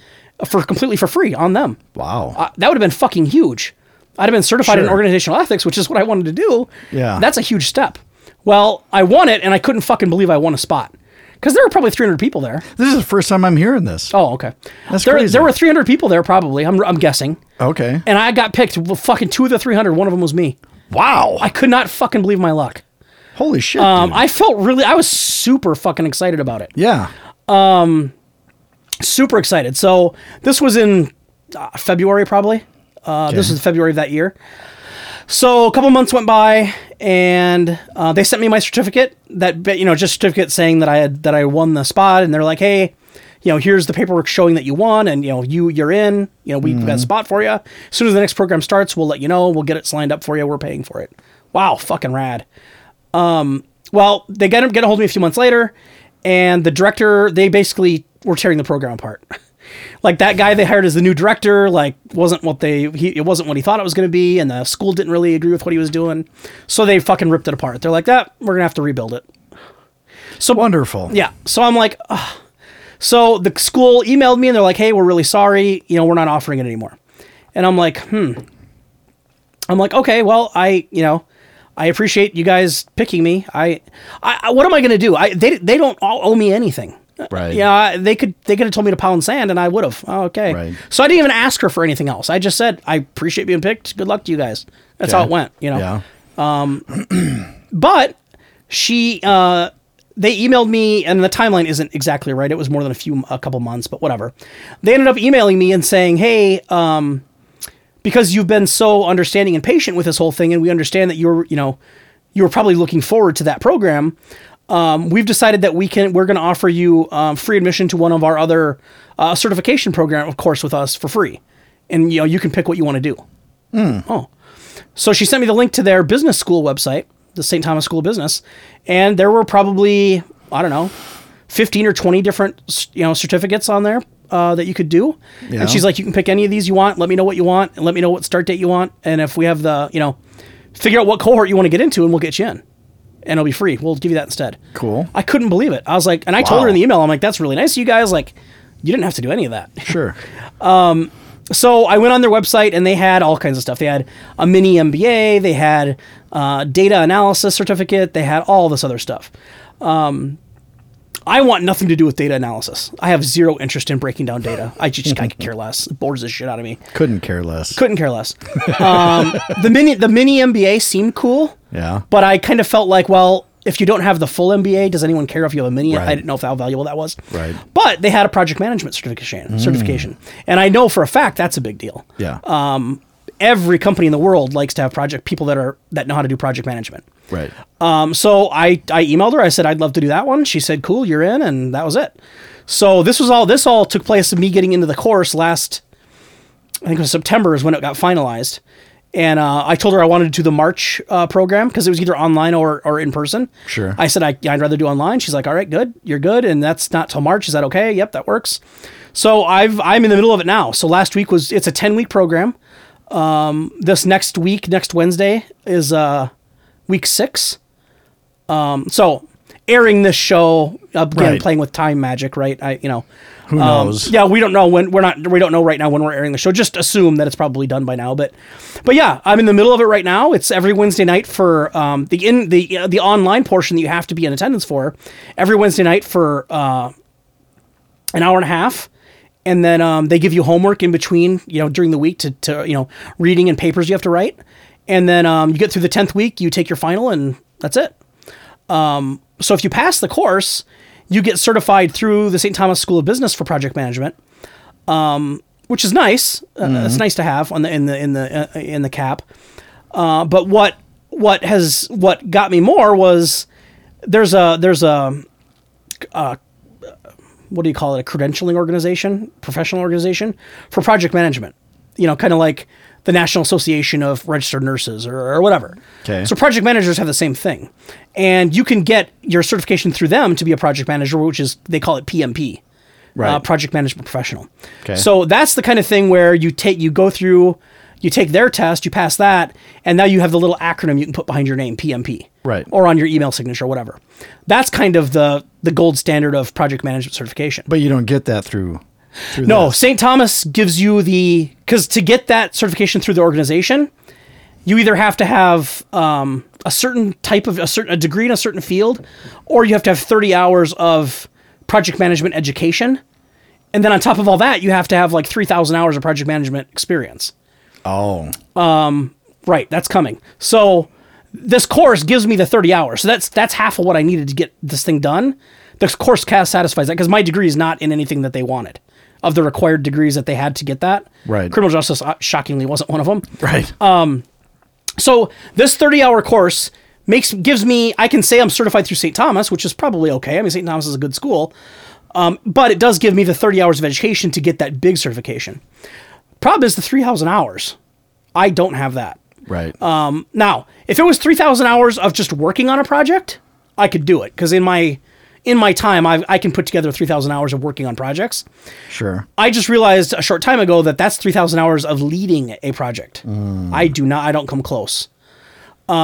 Speaker 2: for completely for free on them.
Speaker 3: wow.
Speaker 2: Uh, that would have been fucking huge. I'd have been certified in
Speaker 3: Sure.
Speaker 2: organizational ethics, which is what I wanted to do.
Speaker 3: Yeah.
Speaker 2: That's a huge step. Well, I won it and I couldn't fucking believe I won a spot because there were probably 300 people there.
Speaker 3: this is the first time I'm hearing this.
Speaker 2: Oh, okay.
Speaker 3: That's
Speaker 2: there,
Speaker 3: crazy.
Speaker 2: there were 300 people there probably. I'm, I'm guessing.
Speaker 3: Okay.
Speaker 2: And I got picked. Well, fucking two of the 300. One of them was me.
Speaker 3: wow.
Speaker 2: I could not fucking believe my luck.
Speaker 3: Holy shit.
Speaker 2: Um,
Speaker 3: dude.
Speaker 2: I felt really, I was super fucking excited about it.
Speaker 3: yeah.
Speaker 2: super excited. So this was in uh, February, probably. Uh, This
Speaker 3: Okay.
Speaker 2: was February of that year. So a couple months went by, and uh, they sent me my certificate. That bit, you know, just certificate saying that I had that I won the spot, and they're like, "Hey, you know, here's the paperwork showing that you won, and you know, you you're in. You know, we've got a spot for you. As soon as the next program starts, we'll let you know. We'll get it signed up for you. We're paying for it. Wow, fucking rad. Um, well, they get get a hold of me a few months later, and the director they basically were tearing the program apart. like that guy they hired as the new director like wasn't what they he it wasn't what he thought it was going to be and the school didn't really agree with what he was doing so they fucking ripped it apart they're like that we're going to have to rebuild it
Speaker 3: Wonderful.
Speaker 2: yeah so i'm like ugh. so the school emailed me and they're like hey we're really sorry you know we're not offering it anymore and i'm like hmm i'm like okay well i you know i appreciate you guys picking me i i, I- what am i going to do i they, they don't all owe me anything
Speaker 3: Right.
Speaker 2: yeah, I- they could they could have told me to pound sand and I would have. Oh, okay.
Speaker 3: Right.
Speaker 2: So I didn't even ask her for anything else. I just said, I appreciate being picked. Good luck to you guys. That's how
Speaker 3: Okay.
Speaker 2: it went, you know.
Speaker 3: Yeah.
Speaker 2: But she uh they emailed me and the timeline isn't exactly right. It was more than a few a couple months, but whatever. They ended up emailing me and saying, "Hey, um because you've been so understanding and patient with this whole thing and we understand that you're, you know, you were probably looking forward to that program, um, we've decided that we can we're going to offer you um, free admission to one of our other uh, certification program of course with us for free and you know you can pick what you want to do oh so she sent me the link to their business school website the st thomas school of business and there were probably i don't know 15 or 20 different s- you know certificates on there uh, that you could do
Speaker 3: Yeah.
Speaker 2: and she's like you can pick any of these you want let me know what you want and let me know what start date you want and if we have the you know figure out what cohort you want to get into and we'll get you in and it'll be free we'll give you that instead
Speaker 3: Cool.
Speaker 2: I couldn't believe it. I was like, and I told her in
Speaker 3: Wow.
Speaker 2: the email, I'm like, that's really nice of you guys. Like, you didn't have to do any of that.
Speaker 3: Sure.
Speaker 2: So I went on their website and they had all kinds of stuff. They had a mini MBA, they had uh, data analysis certificate, they had all this other stuff. Um, I want nothing to do with data analysis. I have zero interest in breaking down data. I just I could care less. It bores the shit out of me.
Speaker 3: Couldn't care less.
Speaker 2: Couldn't care less. Um, the mini the mini MBA seemed cool.
Speaker 3: Yeah.
Speaker 2: But I kind of felt like, well, if you don't have the full MBA, does anyone care if you have a mini?
Speaker 3: Right.
Speaker 2: I didn't know if how valuable that was.
Speaker 3: Right. Mm.
Speaker 2: But they had a project management certification, certification, and I know for a fact that's a big deal.
Speaker 3: yeah.
Speaker 2: Um, every company in the world likes to have project people that are that know how to do project management.
Speaker 3: right.
Speaker 2: Um, so I I emailed her. I said I'd love to do that one. She said, "Cool, you're in," and that was it. So this was all. This all took place of me getting into the course last. I think it was September is when it got finalized, and uh, I told her I wanted to do the March uh, program because it was either online or or in person.
Speaker 3: Sure.
Speaker 2: I said I, I'd rather do online. She's like, "All right, good, you're good," and that's not till March. Is that okay? Yep, that works. So I've I'm in the middle of it now. So last week was it's a ten week program. Um, this next week, next Wednesday is uh week six. Um, so airing this show uh, again,
Speaker 3: Right.
Speaker 2: playing with time magic, right? I, you know,
Speaker 3: Who
Speaker 2: um,
Speaker 3: knows?
Speaker 2: yeah, we don't know when we're not, we don't know right now when we're airing the show. Just assume that it's probably done by now, but, but yeah, I'm in the middle of it right now. It's every Wednesday night for um, the in the uh, the online portion that you have to be in attendance for. Every Wednesday night for uh, an hour and a half. And then um, they give you homework in between, you know, during the week to, to you know, reading and papers you have to write. And then um, you get through the 10th week, you take your final, and that's it. So if you pass the course, you get certified through the St. Thomas School of Business for project management, um, which is nice. Uh,
Speaker 3: Mm-hmm.
Speaker 2: it's nice to have on the in the in the uh, in the cap. Uh, but what what has what got me more was there's a there's a uh, what do you call it a credentialing organization professional organization for project management you know kind of like the national association of registered nurses or, or whatever
Speaker 3: Okay.
Speaker 2: so project managers have the same thing and you can get your certification through them to be a project manager which is they call it pmp uh,
Speaker 3: Right.
Speaker 2: project management professional
Speaker 3: Okay.
Speaker 2: so that's the kind of thing where you take you go through you take their test you pass that and now you have the little acronym you can put behind your name pmp
Speaker 3: Right.
Speaker 2: or on your email signature whatever that's kind of the the gold standard of project management certification
Speaker 3: But you don't get that through. through
Speaker 2: no,
Speaker 3: this.
Speaker 2: St. Thomas gives you the because to get that certification through the organization, you either have to have um, a certain type of a certain a degree in a certain field, or you have to have thirty hours of project management education, and then on top of all that, you have to have like three thousand hours of project management experience.
Speaker 3: Oh.
Speaker 2: Right, that's coming. So this course gives me the 30 hours. So that's that's half of what I needed to get this thing done. This course cast satisfies that because my degree is not in anything that they wanted of the required degrees that they had to get that.
Speaker 3: Right.
Speaker 2: Criminal justice uh, shockingly wasn't one of them.
Speaker 3: Right.
Speaker 2: So this 30 hour course makes gives me I can say I'm certified through St. Thomas, which is probably okay. I mean St. Thomas is a good school. Um, but it does give me the 30 hours of education to get that big certification. Problem is the 3,000 hours. I don't have that.
Speaker 3: Right.
Speaker 2: Um, now, if it was 3,000 hours of just working on a project, I could do it because in my in my time, I, I can put together 3,000 hours of working on projects.
Speaker 3: sure.
Speaker 2: I just realized a short time ago that that's 3,000 hours of leading a project. I do not, I don't come close. Um,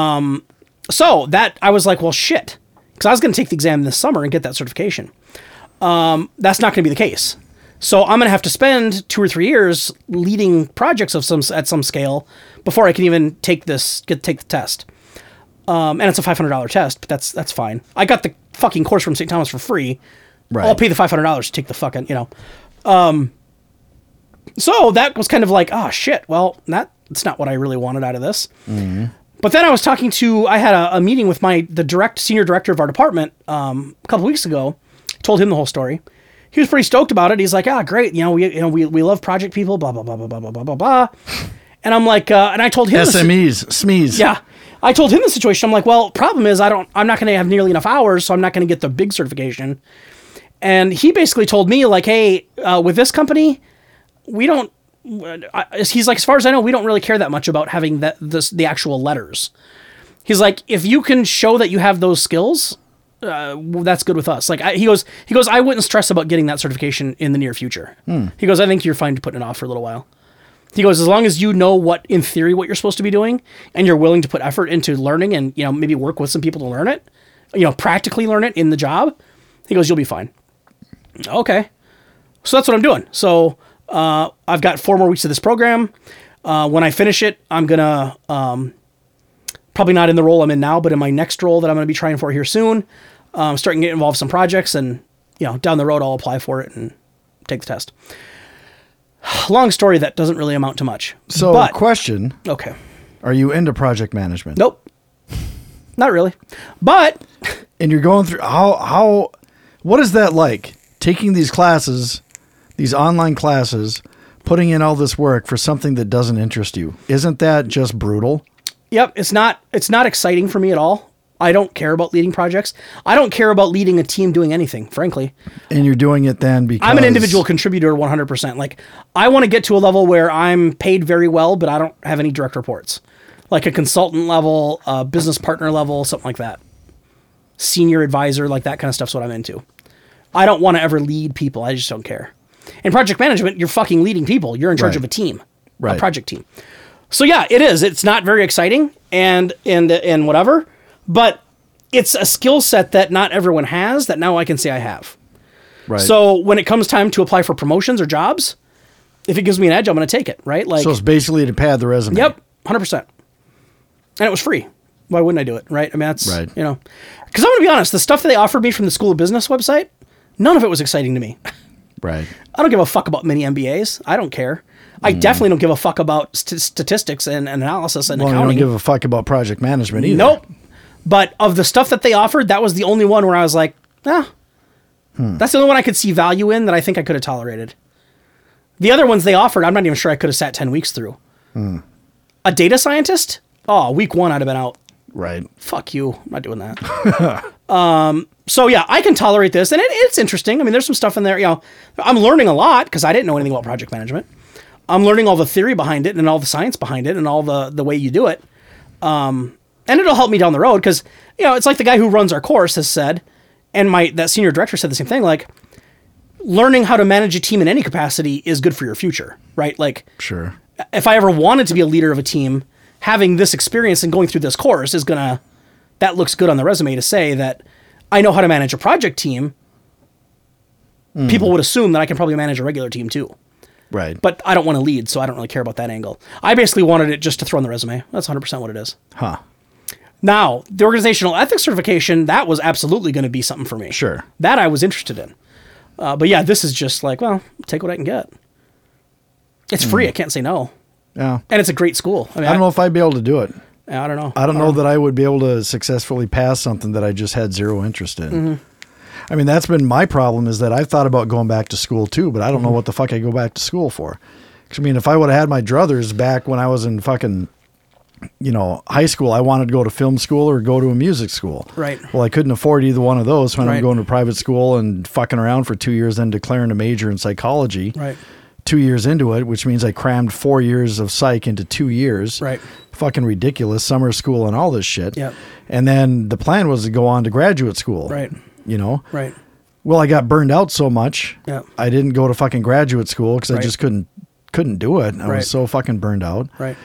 Speaker 2: so that I was like, well, shit, because I was going to take the exam this summer and get that certification. Um, that's not going to be the case. So I'm going to have to spend two or three years leading projects of some at some scale before I can even take this get take the test. Um, and it's a $500 test, but that's that's fine. I got the fucking course from St. Thomas for free.
Speaker 3: Right.
Speaker 2: I'll pay the $500 to take the fucking, you know Um, so that was kind of like, oh shit, well, that that's not what I really wanted out of this. But then I was talking to, I had a, a meeting with my the direct senior director of our department um, a couple weeks ago. Told him the whole story. He was pretty stoked about it. He's like, ah, great, you know, we you know we, we love project people, blah blah blah blah blah blah blah blah blah. And I'm like, uh, and I told him the si-
Speaker 3: SMEs, SMEs.
Speaker 2: yeah. I told him the situation. I'm like, well, problem is I don't I'm not gonna have nearly enough hours, so I'm not gonna get the big certification. And he basically told me, like, hey, uh, with this company, we don't I, he's like, as far as I know, we don't really care that much about having that this the actual letters. He's like, if you can show that you have those skills, uh, well, that's good with us. Like I, he goes, he goes, I wouldn't stress about getting that certification in the near future. He goes, I think you're fine putting it off for a little while. He goes, as long as you know what, in theory, what you're supposed to be doing, and you're willing to put effort into learning, and you know maybe work with some people to learn it, you know, practically learn it in the job. He goes, you'll be fine. Okay, so that's what I'm doing. So uh, I've got four more weeks of this program. Uh, when I finish it, I'm gonna um, probably not in the role I'm in now, but in my next role that I'm gonna be trying for here soon, um, starting to get involved in some projects, and you know, down the road I'll apply for it and take the test. Long story that doesn't really amount to much.
Speaker 3: So,
Speaker 2: but,
Speaker 3: question:
Speaker 2: okay,
Speaker 3: Are you into project management?
Speaker 2: nope, not really. But
Speaker 3: And you're going through how how what is that like? Taking these classes, these online classes, putting in all this work for something that doesn't interest you. Isn't that just brutal?
Speaker 2: Yep, it's not it's not exciting for me at all. I don't care about leading projects. I don't care about leading a team doing anything, frankly.
Speaker 3: And you're doing it then because
Speaker 2: I'm an individual contributor 100%. Like I want to get to a level where I'm paid very well, but I don't have any direct reports. Like a consultant level, a business partner level, something like that. Senior advisor, like that kind of stuff's what I'm into. I don't want to ever lead people. I just don't care. In project management, you're fucking leading people. You're in charge
Speaker 3: Right.
Speaker 2: of a team, a
Speaker 3: Right.
Speaker 2: project team. So yeah, it is. It's not very exciting and and and whatever, but it's a skill set that not everyone has that now I can say I have.
Speaker 3: Right.
Speaker 2: So when it comes time to apply for promotions or jobs, if it gives me an edge, I'm going to take it, right? Like,
Speaker 3: So it's basically to pad the resume.
Speaker 2: yep, hundred percent. And it was free. Why wouldn't I do it, right? I mean, that's
Speaker 3: Right.
Speaker 2: you know, because I'm going to be honest. The stuff that they offered me from the School of Business website, none of it was exciting to me.
Speaker 3: Right.
Speaker 2: I don't give a fuck about mini MBAs. I don't care. I
Speaker 3: Mm.
Speaker 2: definitely don't give a fuck about st- statistics and, and analysis and
Speaker 3: Well, you don't
Speaker 2: accounting.
Speaker 3: give a fuck about project management either.
Speaker 2: Nope. But of the stuff that they offered, that was the only one where I was like, ah. That's the only one I could see value in that I think I could have tolerated. The other ones they offered, I'm not even sure I could have sat 10 weeks through. A data scientist? Oh, week one, I'd have been out.
Speaker 3: Right.
Speaker 2: Fuck you. I'm not doing that. um, so, yeah, I can tolerate this. And it, it's interesting. I mean, there's some stuff in there. You know, I'm learning a lot because I didn't know anything about project management. I'm learning all the theory behind it and all the science behind it and all the, the way you do it Um, and it'll help me down the road because you know it's like the guy who runs our course has said and my that senior director said the same thing like learning how to manage a team in any capacity is good for your future right like
Speaker 3: Sure.
Speaker 2: if i ever wanted to be a leader of a team having this experience and going through this course is gonna that looks good on the resume to say that i know how to manage a project team people would assume that i can probably manage a regular team too
Speaker 3: Right.
Speaker 2: but i don't want to lead so i don't really care about that angle i basically wanted it just to throw on the resume that's 100% what it is
Speaker 3: huh.
Speaker 2: now, the organizational ethics certification, that was absolutely going to be something for me.
Speaker 3: Sure.
Speaker 2: That I was interested in. Uh, but yeah, this is just like, well, take what I can get. It's free. I can't say no.
Speaker 3: Yeah.
Speaker 2: And it's a great school. I mean,
Speaker 3: I don't know if I'd be able to do it.
Speaker 2: I don't know.
Speaker 3: I don't know that I would be able to successfully pass something that I just had zero interest in.
Speaker 2: Mm-hmm.
Speaker 3: I mean, that's been my problem is that I've thought about going back to school too, but I don't
Speaker 2: Mm-hmm.
Speaker 3: know what the fuck I go back to school for. 'Cause, I mean, if I would have had my druthers back when I was in fucking you know, high school, I wanted to go to film school or go to a music school.
Speaker 2: Right.
Speaker 3: Well, I couldn't afford either one of those when
Speaker 2: Right.
Speaker 3: I'm going to private school and fucking around for two years, then declaring a major in psychology.
Speaker 2: Right.
Speaker 3: Two years into it, which means I crammed four years of psych into two years.
Speaker 2: Right.
Speaker 3: Fucking ridiculous. Summer school and all this shit.
Speaker 2: Yep.
Speaker 3: And then the plan was to go on to graduate school.
Speaker 2: Right.
Speaker 3: You know?
Speaker 2: Right.
Speaker 3: Well, I got burned out so much.
Speaker 2: Yep.
Speaker 3: I didn't go to fucking graduate school because
Speaker 2: Right.
Speaker 3: I just couldn't couldn't do it. I
Speaker 2: Right.
Speaker 3: was so fucking burned out
Speaker 2: Right.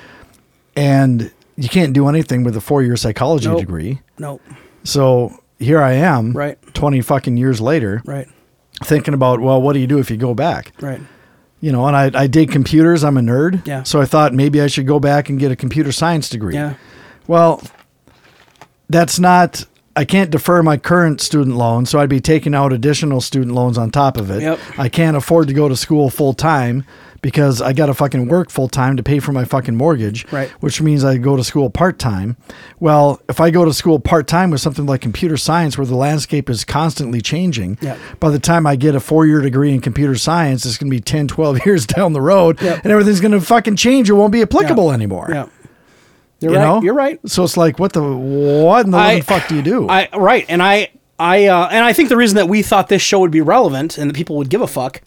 Speaker 3: and you can't do anything with a four-year psychology
Speaker 2: Nope.
Speaker 3: degree.
Speaker 2: Nope.
Speaker 3: So here I am,
Speaker 2: Right.
Speaker 3: twenty fucking years later,
Speaker 2: Right.
Speaker 3: thinking about well, what do you do if you go back?
Speaker 2: Right.
Speaker 3: You know, and I I did computers. I'm a nerd,
Speaker 2: Yeah.
Speaker 3: So I thought maybe I should go back and get a computer science degree.
Speaker 2: Yeah.
Speaker 3: Well, that's not. I can't defer my current student loan, so I'd be taking out additional student loans on top of it.
Speaker 2: Yep.
Speaker 3: I can't afford to go to school full time because I got to fucking work full time to pay for my fucking mortgage,
Speaker 2: Right.
Speaker 3: which means I go to school part time. Well, if I go to school part time with something like computer science where the landscape is constantly changing,
Speaker 2: Yep.
Speaker 3: by the time I get a four year degree in computer science, it's going to be 10, 12 years down the road
Speaker 2: Yep.
Speaker 3: and everything's going to fucking change. It won't be applicable anymore
Speaker 2: Yeah. You're
Speaker 3: you
Speaker 2: right.
Speaker 3: know?
Speaker 2: You're right.
Speaker 3: So it's like, what the what in the living fuck do you do?
Speaker 2: I right, and I I uh, and I think the reason that we thought this show would be relevant and that people would give a fuck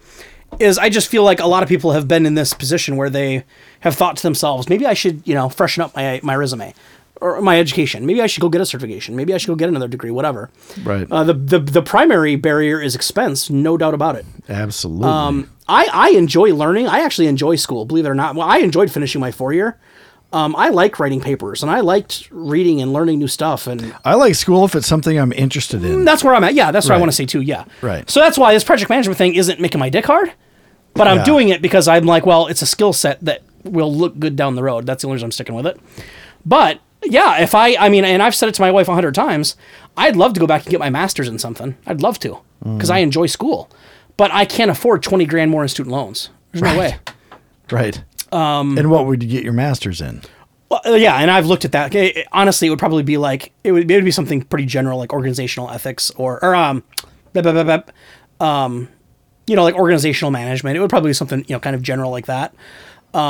Speaker 2: is I just feel like a lot of people have been in this position where they have thought to themselves, maybe I should you know freshen up my my resume or my education. Maybe I should go get a certification. Maybe I should go get another degree. Whatever.
Speaker 3: Right.
Speaker 2: Uh, the the the primary barrier is expense, no doubt about it.
Speaker 3: Absolutely.
Speaker 2: Um, I, I enjoy learning. I actually enjoy school, believe it or not. Well, I enjoyed finishing my four year. Um, I like writing papers and I liked reading and learning new stuff. And
Speaker 3: I like school if it's something I'm interested in.
Speaker 2: that's where I'm at. Yeah, that's what I
Speaker 3: Right.
Speaker 2: want to say too. Yeah.
Speaker 3: Right.
Speaker 2: So that's why this project management thing isn't making my dick hard, but I'm
Speaker 3: Yeah.
Speaker 2: doing it because I'm like, well, it's a skill set that will look good down the road. That's the only reason I'm sticking with it. But yeah, if I, I mean, and I've said it to my wife a hundred times, I'd love to go back and get my master's in something. I'd love to because
Speaker 3: Mm.
Speaker 2: I enjoy school, but I can't afford 20 grand more in student loans. There's no way.
Speaker 3: Right. Um, and what would you get your master's in?
Speaker 2: Well, uh, yeah, and I've looked at that. Okay, it- honestly, it would probably be like it would, it would be something pretty general, like organizational ethics or or um, blah, blah, blah, blah, um, you know, like organizational management. It would probably be something you know, kind of general like that. Um,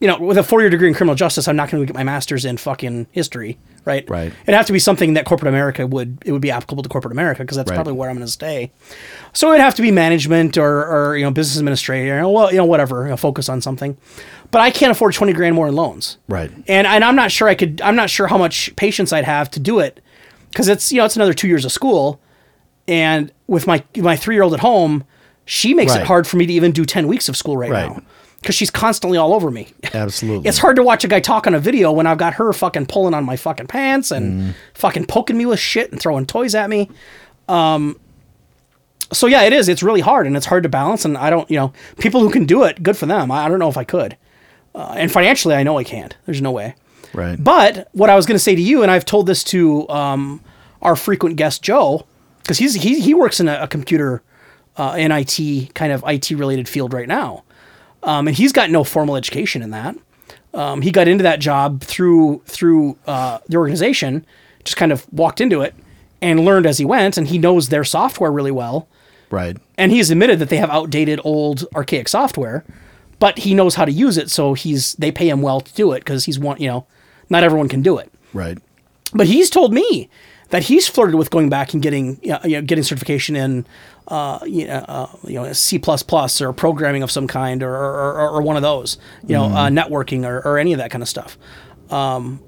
Speaker 2: you know, with a four year degree in criminal justice, I'm not going to get my master's in fucking history, right?
Speaker 3: Right.
Speaker 2: It'd have to be something that corporate America would it would be applicable to corporate America because that's
Speaker 3: Right.
Speaker 2: probably where I'm going to stay. So it'd have to be management or, or you know business administrator, you know, well, you know whatever, you know, focus on something. But I can't afford twenty grand more in loans
Speaker 3: Right.
Speaker 2: and and I'm not sure I could. I'm not sure how much patience I'd have to do it, because it's you know it's another two years of school, and with my my three year old at home, she makes it
Speaker 3: Right.
Speaker 2: hard for me to even do ten weeks of school right,
Speaker 3: Right.
Speaker 2: now, because she's constantly all over me.
Speaker 3: Absolutely.
Speaker 2: It's hard to watch a guy talk on a video when I've got her fucking pulling on my fucking pants and fucking poking me with shit and throwing toys at me. Um, so yeah, it is. It's really hard and it's hard to balance. And I don't, you know, people who can do it, good for them. I, I don't know if I could. Uh, and financially, I know I can't. There's no way.
Speaker 3: Right.
Speaker 2: But what I was going to say to you, and I've told this to um, our frequent guest Joe, because he's he, he works in a, a computer, uh, in IT kind of IT related field right now, um, and he's got no formal education in that. Um, he got into that job through through uh, the organization, just kind of walked into it and learned as he went, and he knows their software really well
Speaker 3: right.
Speaker 2: and he's admitted that they have outdated old archaic software but he knows how to use it so he's they pay him well to do it because he's one you know not everyone can do it
Speaker 3: Right.
Speaker 2: but he's told me that he's flirted with going back and getting you know, you know, getting certification in uh, you know, uh, you know C or programming of some kind or or, or, or one of those you know uh, networking or, or any of that kind of stuff. Um,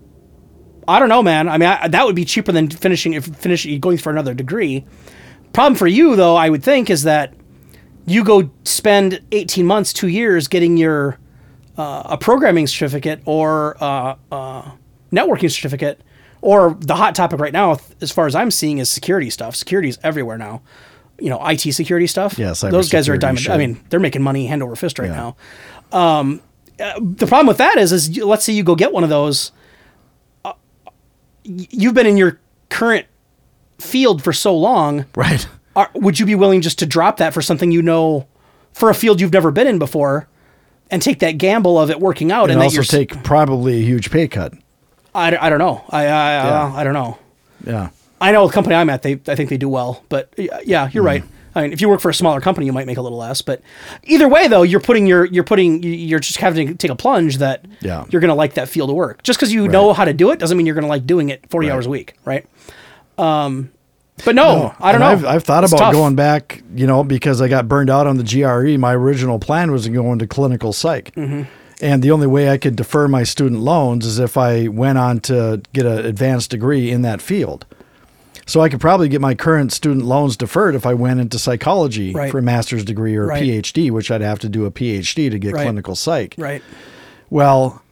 Speaker 2: I don't know, man. I mean, I, that would be cheaper than finishing if finishing going for another degree. Problem for you though, I would think, is that you go spend eighteen months, two years getting your uh, a programming certificate or a, a networking certificate, or the hot topic right now, th- as far as I'm seeing, is security stuff. Security is everywhere now. You know, IT security stuff.
Speaker 3: Yeah,
Speaker 2: those guys are a
Speaker 3: cybersecurity
Speaker 2: diamond. I
Speaker 3: shit.
Speaker 2: mean, they're making money hand over fist right
Speaker 3: Yeah.
Speaker 2: now. Um, uh, the problem with that is, is you, let's say you go get one of those. Uh, y- you've been in your current field for so long
Speaker 3: Right.
Speaker 2: are, would you be willing just to drop that for something you know for a field you've never been in before and take that gamble of it working out and,
Speaker 3: And
Speaker 2: that
Speaker 3: also
Speaker 2: you're s-
Speaker 3: take probably a huge pay cut.
Speaker 2: I, d- I don't know I I,
Speaker 3: Yeah.
Speaker 2: I I don't know
Speaker 3: Yeah. Hmm.
Speaker 2: I know the company I'm at they I think they do well but y- yeah you're right I mean, if you work for a smaller company, you might make a little less. But either way, though, you're putting your you're putting you're just having to take a plunge that
Speaker 3: Yeah.
Speaker 2: you're going to like that field of work. Just because you know how to do it doesn't mean you're going to like doing it 40
Speaker 3: Right.
Speaker 2: hours a week, right? Um, but no, I don't
Speaker 3: And
Speaker 2: know.
Speaker 3: I've, I've thought
Speaker 2: It's
Speaker 3: about
Speaker 2: tough.
Speaker 3: going back, you know, because I got burned out on the GRE. My original plan was to go into clinical psych.
Speaker 2: Mm-hmm.
Speaker 3: And the only way I could defer my student loans is if I went on to get an advanced degree in that field. So I could probably get my current student loans deferred if I went into psychology
Speaker 2: Right.
Speaker 3: for a master's degree or a
Speaker 2: Right.
Speaker 3: PhD, which I'd have to do a PhD to get
Speaker 2: Right.
Speaker 3: clinical psych.
Speaker 2: right.
Speaker 3: Well,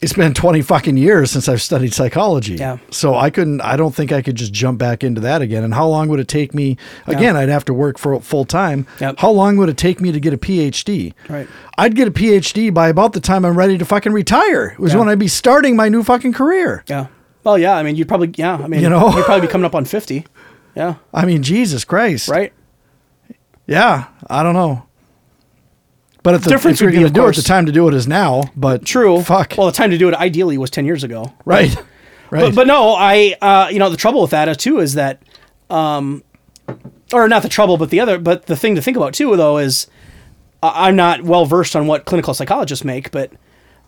Speaker 3: it's been 20 fucking years since I've studied psychology.
Speaker 2: Yeah.
Speaker 3: So I couldn't, I don't think I could just jump back into that again. And how long would it take me? Again, I'd have to work for full time.
Speaker 2: Yep.
Speaker 3: How long would it take me to get a PhD?
Speaker 2: Right.
Speaker 3: I'd get a PhD by about the time I'm ready to fucking retire, which is
Speaker 2: Yeah.
Speaker 3: when I'd be starting my new fucking career.
Speaker 2: Yeah. Well, yeah. I mean, you'd probably yeah. I mean,
Speaker 3: You know?
Speaker 2: you'd probably be coming up on 50. Yeah.
Speaker 3: I mean, Jesus Christ.
Speaker 2: Right.
Speaker 3: Yeah. I don't know. But if, the,
Speaker 2: Difference
Speaker 3: if you're
Speaker 2: would be,
Speaker 3: going to
Speaker 2: of
Speaker 3: do
Speaker 2: course-
Speaker 3: it, the time to do it is now. But
Speaker 2: True.
Speaker 3: Fuck.
Speaker 2: Well, the time to do it ideally was 10 years ago.
Speaker 3: right. Right.
Speaker 2: But, but no, I uh, you know the trouble with that uh, too is that, um, or not the trouble, but the other, but the thing to think about too though is, I I'm not well versed on what clinical psychologists make, but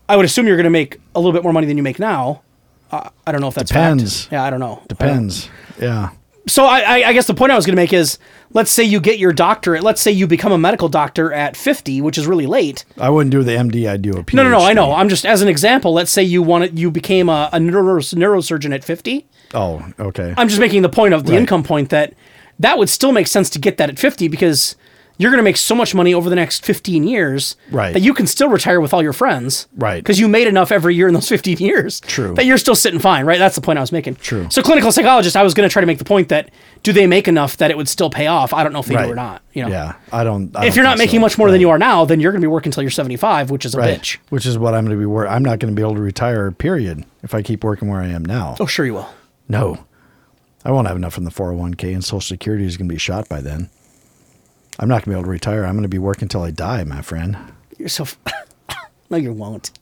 Speaker 2: I would assume you're going to make a little bit more money than you make now. Uh, I don't know if that's fact.
Speaker 3: Depends.
Speaker 2: Yeah, I don't know. I don't-
Speaker 3: Depends. Yeah.
Speaker 2: so I, I, I guess the point I was going to make is, let's say you get your doctorate. Let's say you become a medical doctor at 50, which is really late.
Speaker 3: I wouldn't do the MD. I'd do a PhD.
Speaker 2: No, no, no. I know. I'm just as an example. Let's say you wanted you became a, a neuro, neurosurgeon at 50.
Speaker 3: Oh, okay.
Speaker 2: I'm just making the point of the
Speaker 3: Right.
Speaker 2: income point that that would still make sense to get that at 50 because you're going to make so much money over the next 15 years
Speaker 3: Right.
Speaker 2: that you can still retire with all your friends.
Speaker 3: Right.
Speaker 2: Because you made enough every year in those 15 years.
Speaker 3: True.
Speaker 2: That you're still sitting fine, right? That's the point I was making.
Speaker 3: True.
Speaker 2: So, clinical psychologist, I was going to try to make the point that do they make enough that it would still pay off? I don't know if they do or not. You know?
Speaker 3: Yeah, I don't.
Speaker 2: If
Speaker 3: I don't
Speaker 2: you're not
Speaker 3: think
Speaker 2: making
Speaker 3: so.
Speaker 2: much more
Speaker 3: Right.
Speaker 2: than you are now, then you're going to be working until you're 75, which is a
Speaker 3: right.
Speaker 2: bitch.
Speaker 3: Which is what I'm going to be worried. I'm not going to be able to retire. Period. If I keep working where I am now,
Speaker 2: Oh, sure you will.
Speaker 3: no, I won't have enough in the 401k, and Social Security is going to be shot by then. I'm not going to be able to retire. I'm going to be working till I die, my friend.
Speaker 2: You're so. F- no, you won't.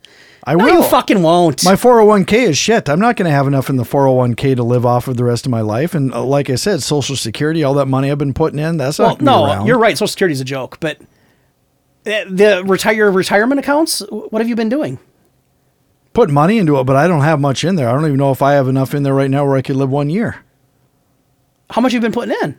Speaker 3: I
Speaker 2: No,
Speaker 3: will.
Speaker 2: you fucking won't.
Speaker 3: my 401k is shit. I'm not going to have enough in the 401k to live off of the rest of my life. And uh, like I said, Social Security, all that money I've been putting in, that's
Speaker 2: Well,
Speaker 3: not gonna be
Speaker 2: no,
Speaker 3: around.
Speaker 2: you're right. Social Security is a joke, but the, the retire retirement accounts. wh- What have you been doing?
Speaker 3: put money into it, but I don't have much in there. I don't even know if I have enough in there right now where I could live one year.
Speaker 2: How much you been putting in?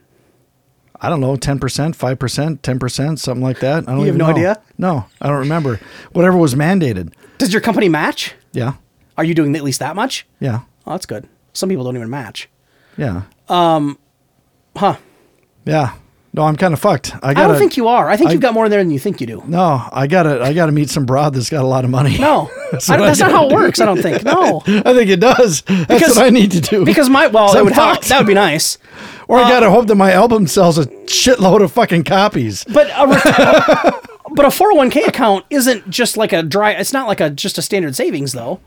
Speaker 3: I don't know, 10%, 5%, 10%, something like that. I don't
Speaker 2: You have
Speaker 3: even
Speaker 2: no
Speaker 3: know.
Speaker 2: idea?
Speaker 3: No, I don't remember. Whatever was mandated.
Speaker 2: Does your company match?
Speaker 3: Yeah.
Speaker 2: Are you doing at least that much?
Speaker 3: Yeah.
Speaker 2: Oh, that's good. Some people don't even match.
Speaker 3: Yeah.
Speaker 2: Um, Huh?
Speaker 3: Yeah. No, I'm kind of fucked. I got
Speaker 2: I don't think you are. I think you've got more in there than you think you do.
Speaker 3: No, I got to I got to meet some broad that's got a lot of money.
Speaker 2: No,
Speaker 3: That's
Speaker 2: I-
Speaker 3: what I
Speaker 2: that's not how it
Speaker 3: gotta
Speaker 2: works. I don't think. No,
Speaker 3: I think it does. That's
Speaker 2: Because-
Speaker 3: what I need to do.
Speaker 2: because my well,
Speaker 3: So
Speaker 2: it would
Speaker 3: I'm
Speaker 2: help.
Speaker 3: fucked.
Speaker 2: That would be nice.
Speaker 3: or I got to hope that my album sells a shitload of fucking copies.
Speaker 2: But a reti- but a four hundred one k account isn't just like a dry. It's not like a just a standard savings though.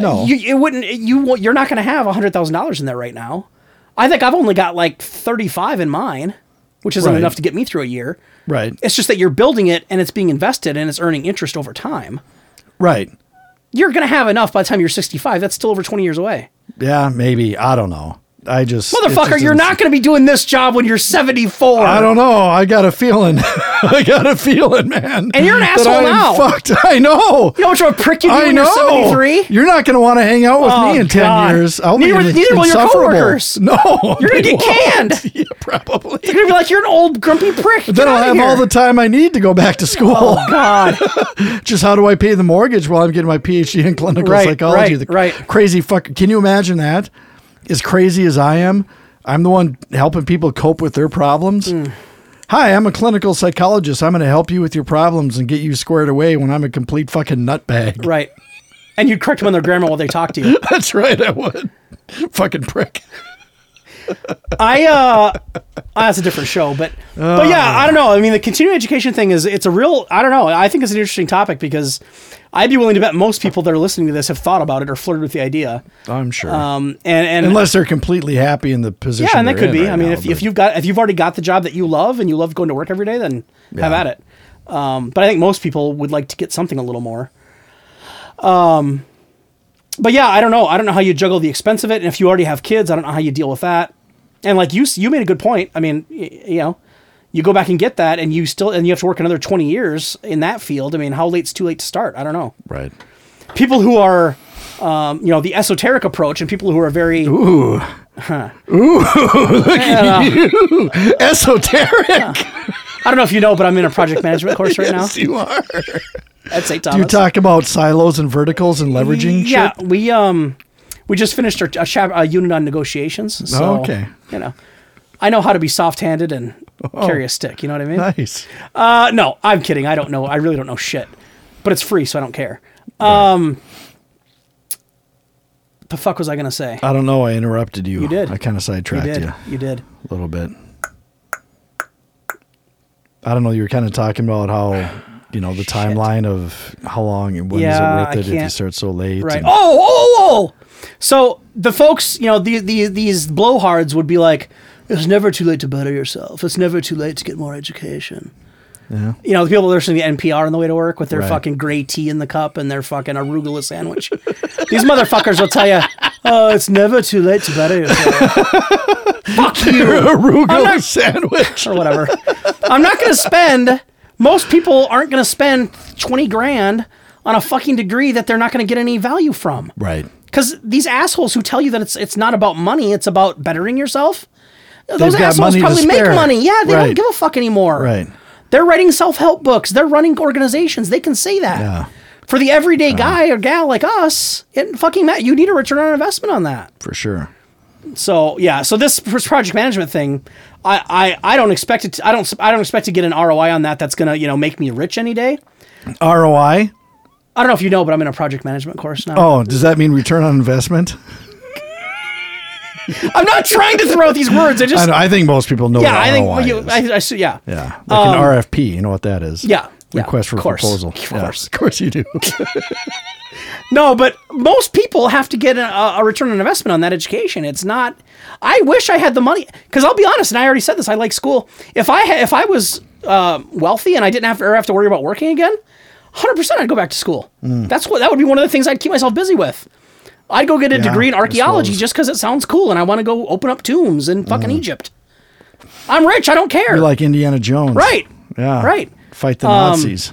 Speaker 3: No.
Speaker 2: You, it wouldn't. You won't- you're not going to have hundred thousand dollars in there right now. I think I've only got like thirty five in mine, which isn't
Speaker 3: Right.
Speaker 2: enough to get me through a year.
Speaker 3: right.
Speaker 2: It's just that you're building it and it's being invested and it's earning interest over time.
Speaker 3: Right.
Speaker 2: You're going to have enough by the time you're sixty five. That's still over twenty years away.
Speaker 3: Yeah, maybe. I don't know. I just it
Speaker 2: Motherfucker,
Speaker 3: just
Speaker 2: you're
Speaker 3: doesn't
Speaker 2: not going to be doing this job when you're seventy four.
Speaker 3: I don't know. I got a feeling. I got a feeling, man.
Speaker 2: And you're an
Speaker 3: That
Speaker 2: asshole
Speaker 3: I am
Speaker 2: now.
Speaker 3: Fucked. I know.
Speaker 2: You know what kind of prick you do
Speaker 3: I
Speaker 2: when you're
Speaker 3: know.
Speaker 2: seventy three.
Speaker 3: You're not going to want to hang out with
Speaker 2: Oh,
Speaker 3: me in ten
Speaker 2: God.
Speaker 3: years. I'll
Speaker 2: Neither
Speaker 3: be
Speaker 2: will- neither will your
Speaker 3: insufferable.
Speaker 2: coworkers.
Speaker 3: No,
Speaker 2: You're gonna
Speaker 3: they
Speaker 2: get
Speaker 3: won't.
Speaker 2: canned.
Speaker 3: Yeah, probably.
Speaker 2: They're gonna be like, "You're an old grumpy prick." Get
Speaker 3: Then I'll
Speaker 2: outta
Speaker 3: have
Speaker 2: here." Oh,
Speaker 3: all the time I need to go back to school.
Speaker 2: God.
Speaker 3: Just how do I pay the mortgage while I'm getting my PhD in clinical
Speaker 2: Right,
Speaker 3: psychology?
Speaker 2: right,
Speaker 3: the
Speaker 2: right.
Speaker 3: Crazy fucker. Can you imagine that? As crazy as I am, I'm the one helping people cope with their problems.
Speaker 2: Hmm.
Speaker 3: Hi, I'm a clinical psychologist. I'm going to help you with your problems and get you squared away when I'm a complete fucking nutbag.
Speaker 2: Right. And you'd correct them on their grammar while they talk to you.
Speaker 3: That's right, I would. fucking prick.
Speaker 2: I uh, oh, that's a different show, but but yeah, I don't know. I mean, the continuing education thing is it's a real. I don't know. I think it's an interesting topic because I'd be willing to bet most people that are listening to this have thought about it or flirted with the idea.
Speaker 3: I'm sure.
Speaker 2: Um, and and
Speaker 3: Unless they're completely happy in the position.
Speaker 2: yeah, and that
Speaker 3: they're
Speaker 2: could
Speaker 3: in
Speaker 2: be.
Speaker 3: right
Speaker 2: I mean,
Speaker 3: now,
Speaker 2: if, if
Speaker 3: but-
Speaker 2: you've got if you've already got the job that you love and you love going to work every day, then have
Speaker 3: Yeah.
Speaker 2: at it. Um, but I think most people would like to get something a little more. Um, but yeah, I don't know. I don't know how you juggle the expense of it, and if you already have kids, I don't know how you deal with that. And like you, s- you made a good point. I mean, y- you know, you go back and get that, and you still and you have to work another twenty years in that field. I mean, how late's too late to start? I don't know.
Speaker 3: Right.
Speaker 2: People who are, um, you know, the esoteric approach, and people who are very
Speaker 3: Esoteric.
Speaker 2: I don't know if you know, but I'm in a project management course right
Speaker 3: yes, you are.
Speaker 2: now at St. Thomas.
Speaker 3: You talked about silos and verticals and leveraging.
Speaker 2: Yeah,
Speaker 3: shit?
Speaker 2: we um we just finished our a, chap, a unit on negotiations. So,
Speaker 3: Oh, okay. Oh.
Speaker 2: You know, I know how to be soft-handed and carry a stick. You know what I mean?
Speaker 3: Nice.
Speaker 2: Uh, no, I'm kidding. I don't know. I really don't know shit, but it's free, so I don't care. Um, the fuck was I gonna say?
Speaker 3: I don't know. I interrupted you.
Speaker 2: You did.
Speaker 3: I kind of
Speaker 2: you
Speaker 3: sidetracked you,
Speaker 2: did. You did.
Speaker 3: a little bit. I don't know. You were kind of talking about how. You know the timeline of how long and when is
Speaker 2: Yeah, I
Speaker 3: it worth it if you
Speaker 2: can't-
Speaker 3: start so late?
Speaker 2: Right.
Speaker 3: and-
Speaker 2: Oh, oh, oh! So the folks, you know, the, the, these blowhards would be like, it's never too late to better yourself. It's never too late to get more education.
Speaker 3: Yeah.
Speaker 2: You know, the people that are listening to NPR on the way to work with their
Speaker 3: Right.
Speaker 2: fucking gray tea in the cup and their fucking arugula sandwich. these motherfuckers will tell you, oh, it's never too late to better yourself. Fuck you!
Speaker 3: arugula
Speaker 2: I'm not-
Speaker 3: sandwich.
Speaker 2: or whatever. I'm not going to spend. Most people aren't going to spend twenty grand on a fucking degree that they're not going to get any value from.
Speaker 3: Right.
Speaker 2: Because these assholes who tell you that it's it's not about money, it's about bettering yourself. Those
Speaker 3: They've got
Speaker 2: assholes
Speaker 3: money to
Speaker 2: probably make
Speaker 3: spare.
Speaker 2: money. Yeah, they don't
Speaker 3: Right.
Speaker 2: give a fuck anymore.
Speaker 3: Right.
Speaker 2: They're writing self help books. They're running organizations. They can say that.
Speaker 3: Yeah.
Speaker 2: For the everyday guy or gal like us, it fucking matters. You need a return on investment on that.
Speaker 3: For sure.
Speaker 2: So yeah, so this pr- project management thing, I, I, I don't expect it. To, I don't s- I don't expect to get an ROI on that. That's gonna you know make me rich any day.
Speaker 3: ROI.
Speaker 2: I don't know if you know, but I'm in a project management course now.
Speaker 3: Oh, does that mean return on investment?
Speaker 2: I'm not trying to throw out these words. I
Speaker 3: I,
Speaker 2: just
Speaker 3: know, I think most people know.
Speaker 2: yeah,
Speaker 3: what
Speaker 2: I think
Speaker 3: ROI
Speaker 2: well, you,
Speaker 3: is.
Speaker 2: I, I s- yeah
Speaker 3: yeah, like an RFP. You know what that is?
Speaker 2: yeah yeah,
Speaker 3: Request for
Speaker 2: of course,
Speaker 3: proposal.
Speaker 2: Of
Speaker 3: Yeah,
Speaker 2: course.
Speaker 3: of course you do.
Speaker 2: No, but most people have to get a, a return on investment on that education. It's not. I wish I had the money because I'll be honest, and I already said this. I like school. If I ha- if I was um wealthy and I didn't have to, ever have to worry about working again, hundred percent, I'd go back to school. That's what that would be one of the things I'd keep myself busy with. I'd go get a
Speaker 3: Yeah,
Speaker 2: degree in
Speaker 3: I
Speaker 2: archaeology
Speaker 3: suppose.
Speaker 2: just because it sounds cool and I want to go open up tombs in fucking Egypt. I'm rich. I don't care.
Speaker 3: You're like Indiana Jones,
Speaker 2: right.
Speaker 3: Yeah,
Speaker 2: Right. Um,
Speaker 3: Fight the Nazis.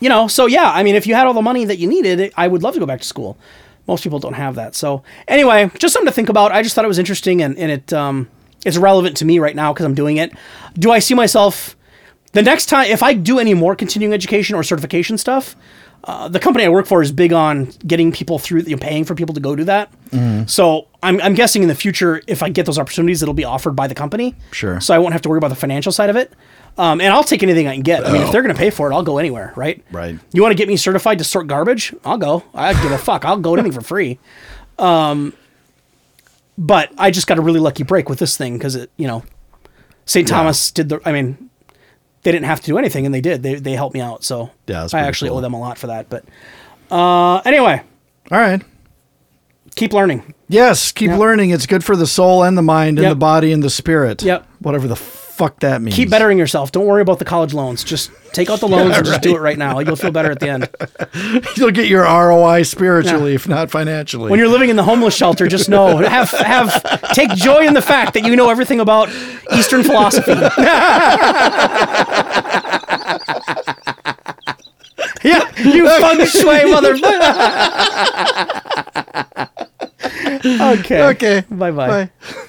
Speaker 2: you know, so yeah, I mean, if you had all the money that you needed, I would love to go back to school. Most people don't have that. So anyway, just something to think about. I just thought it was interesting and, and it um, it's relevant to me right now because I'm doing it. Do I see myself the next time if I do any more continuing education or certification stuff? Uh, the company I work for is big on getting people through, you know, paying for people to go do that. So I'm, I'm guessing in the future, if I get those opportunities, it'll be offered by the company.
Speaker 3: Sure.
Speaker 2: So I won't have to worry about the financial side of it. Um, and I'll take anything I can get. I mean, if they're going to pay for it, I'll go anywhere, right?
Speaker 3: Right.
Speaker 2: You want to get me certified to sort garbage? I'll go. I don't give a fuck. I'll go to anything for free. Um, but I just got a really lucky break with this thing because it, you know, St. Thomas did the. I mean, they didn't have to do anything, and they did. They they helped me out, so
Speaker 3: Yeah, that's
Speaker 2: I
Speaker 3: pretty
Speaker 2: actually
Speaker 3: cool.
Speaker 2: owe them a lot for that. But uh, anyway,
Speaker 3: All right.
Speaker 2: keep learning.
Speaker 3: Yes, keep
Speaker 2: Yep.
Speaker 3: learning. It's good for the soul and the mind and
Speaker 2: Yep.
Speaker 3: the body and the spirit.
Speaker 2: Yep.
Speaker 3: Whatever the fuck that means.
Speaker 2: Keep bettering yourself. Don't worry about the college loans. Just take out the loans and just do it right now. You'll feel better at the end.
Speaker 3: You'll get your ROI spiritually,
Speaker 2: Yeah.
Speaker 3: if not financially.
Speaker 2: when you're living in the homeless shelter, just know have have take joy in the fact that you know everything about Eastern philosophy. yeah, you feng shui motherfucker. okay.
Speaker 3: okay.
Speaker 2: Bye-bye.
Speaker 3: Bye.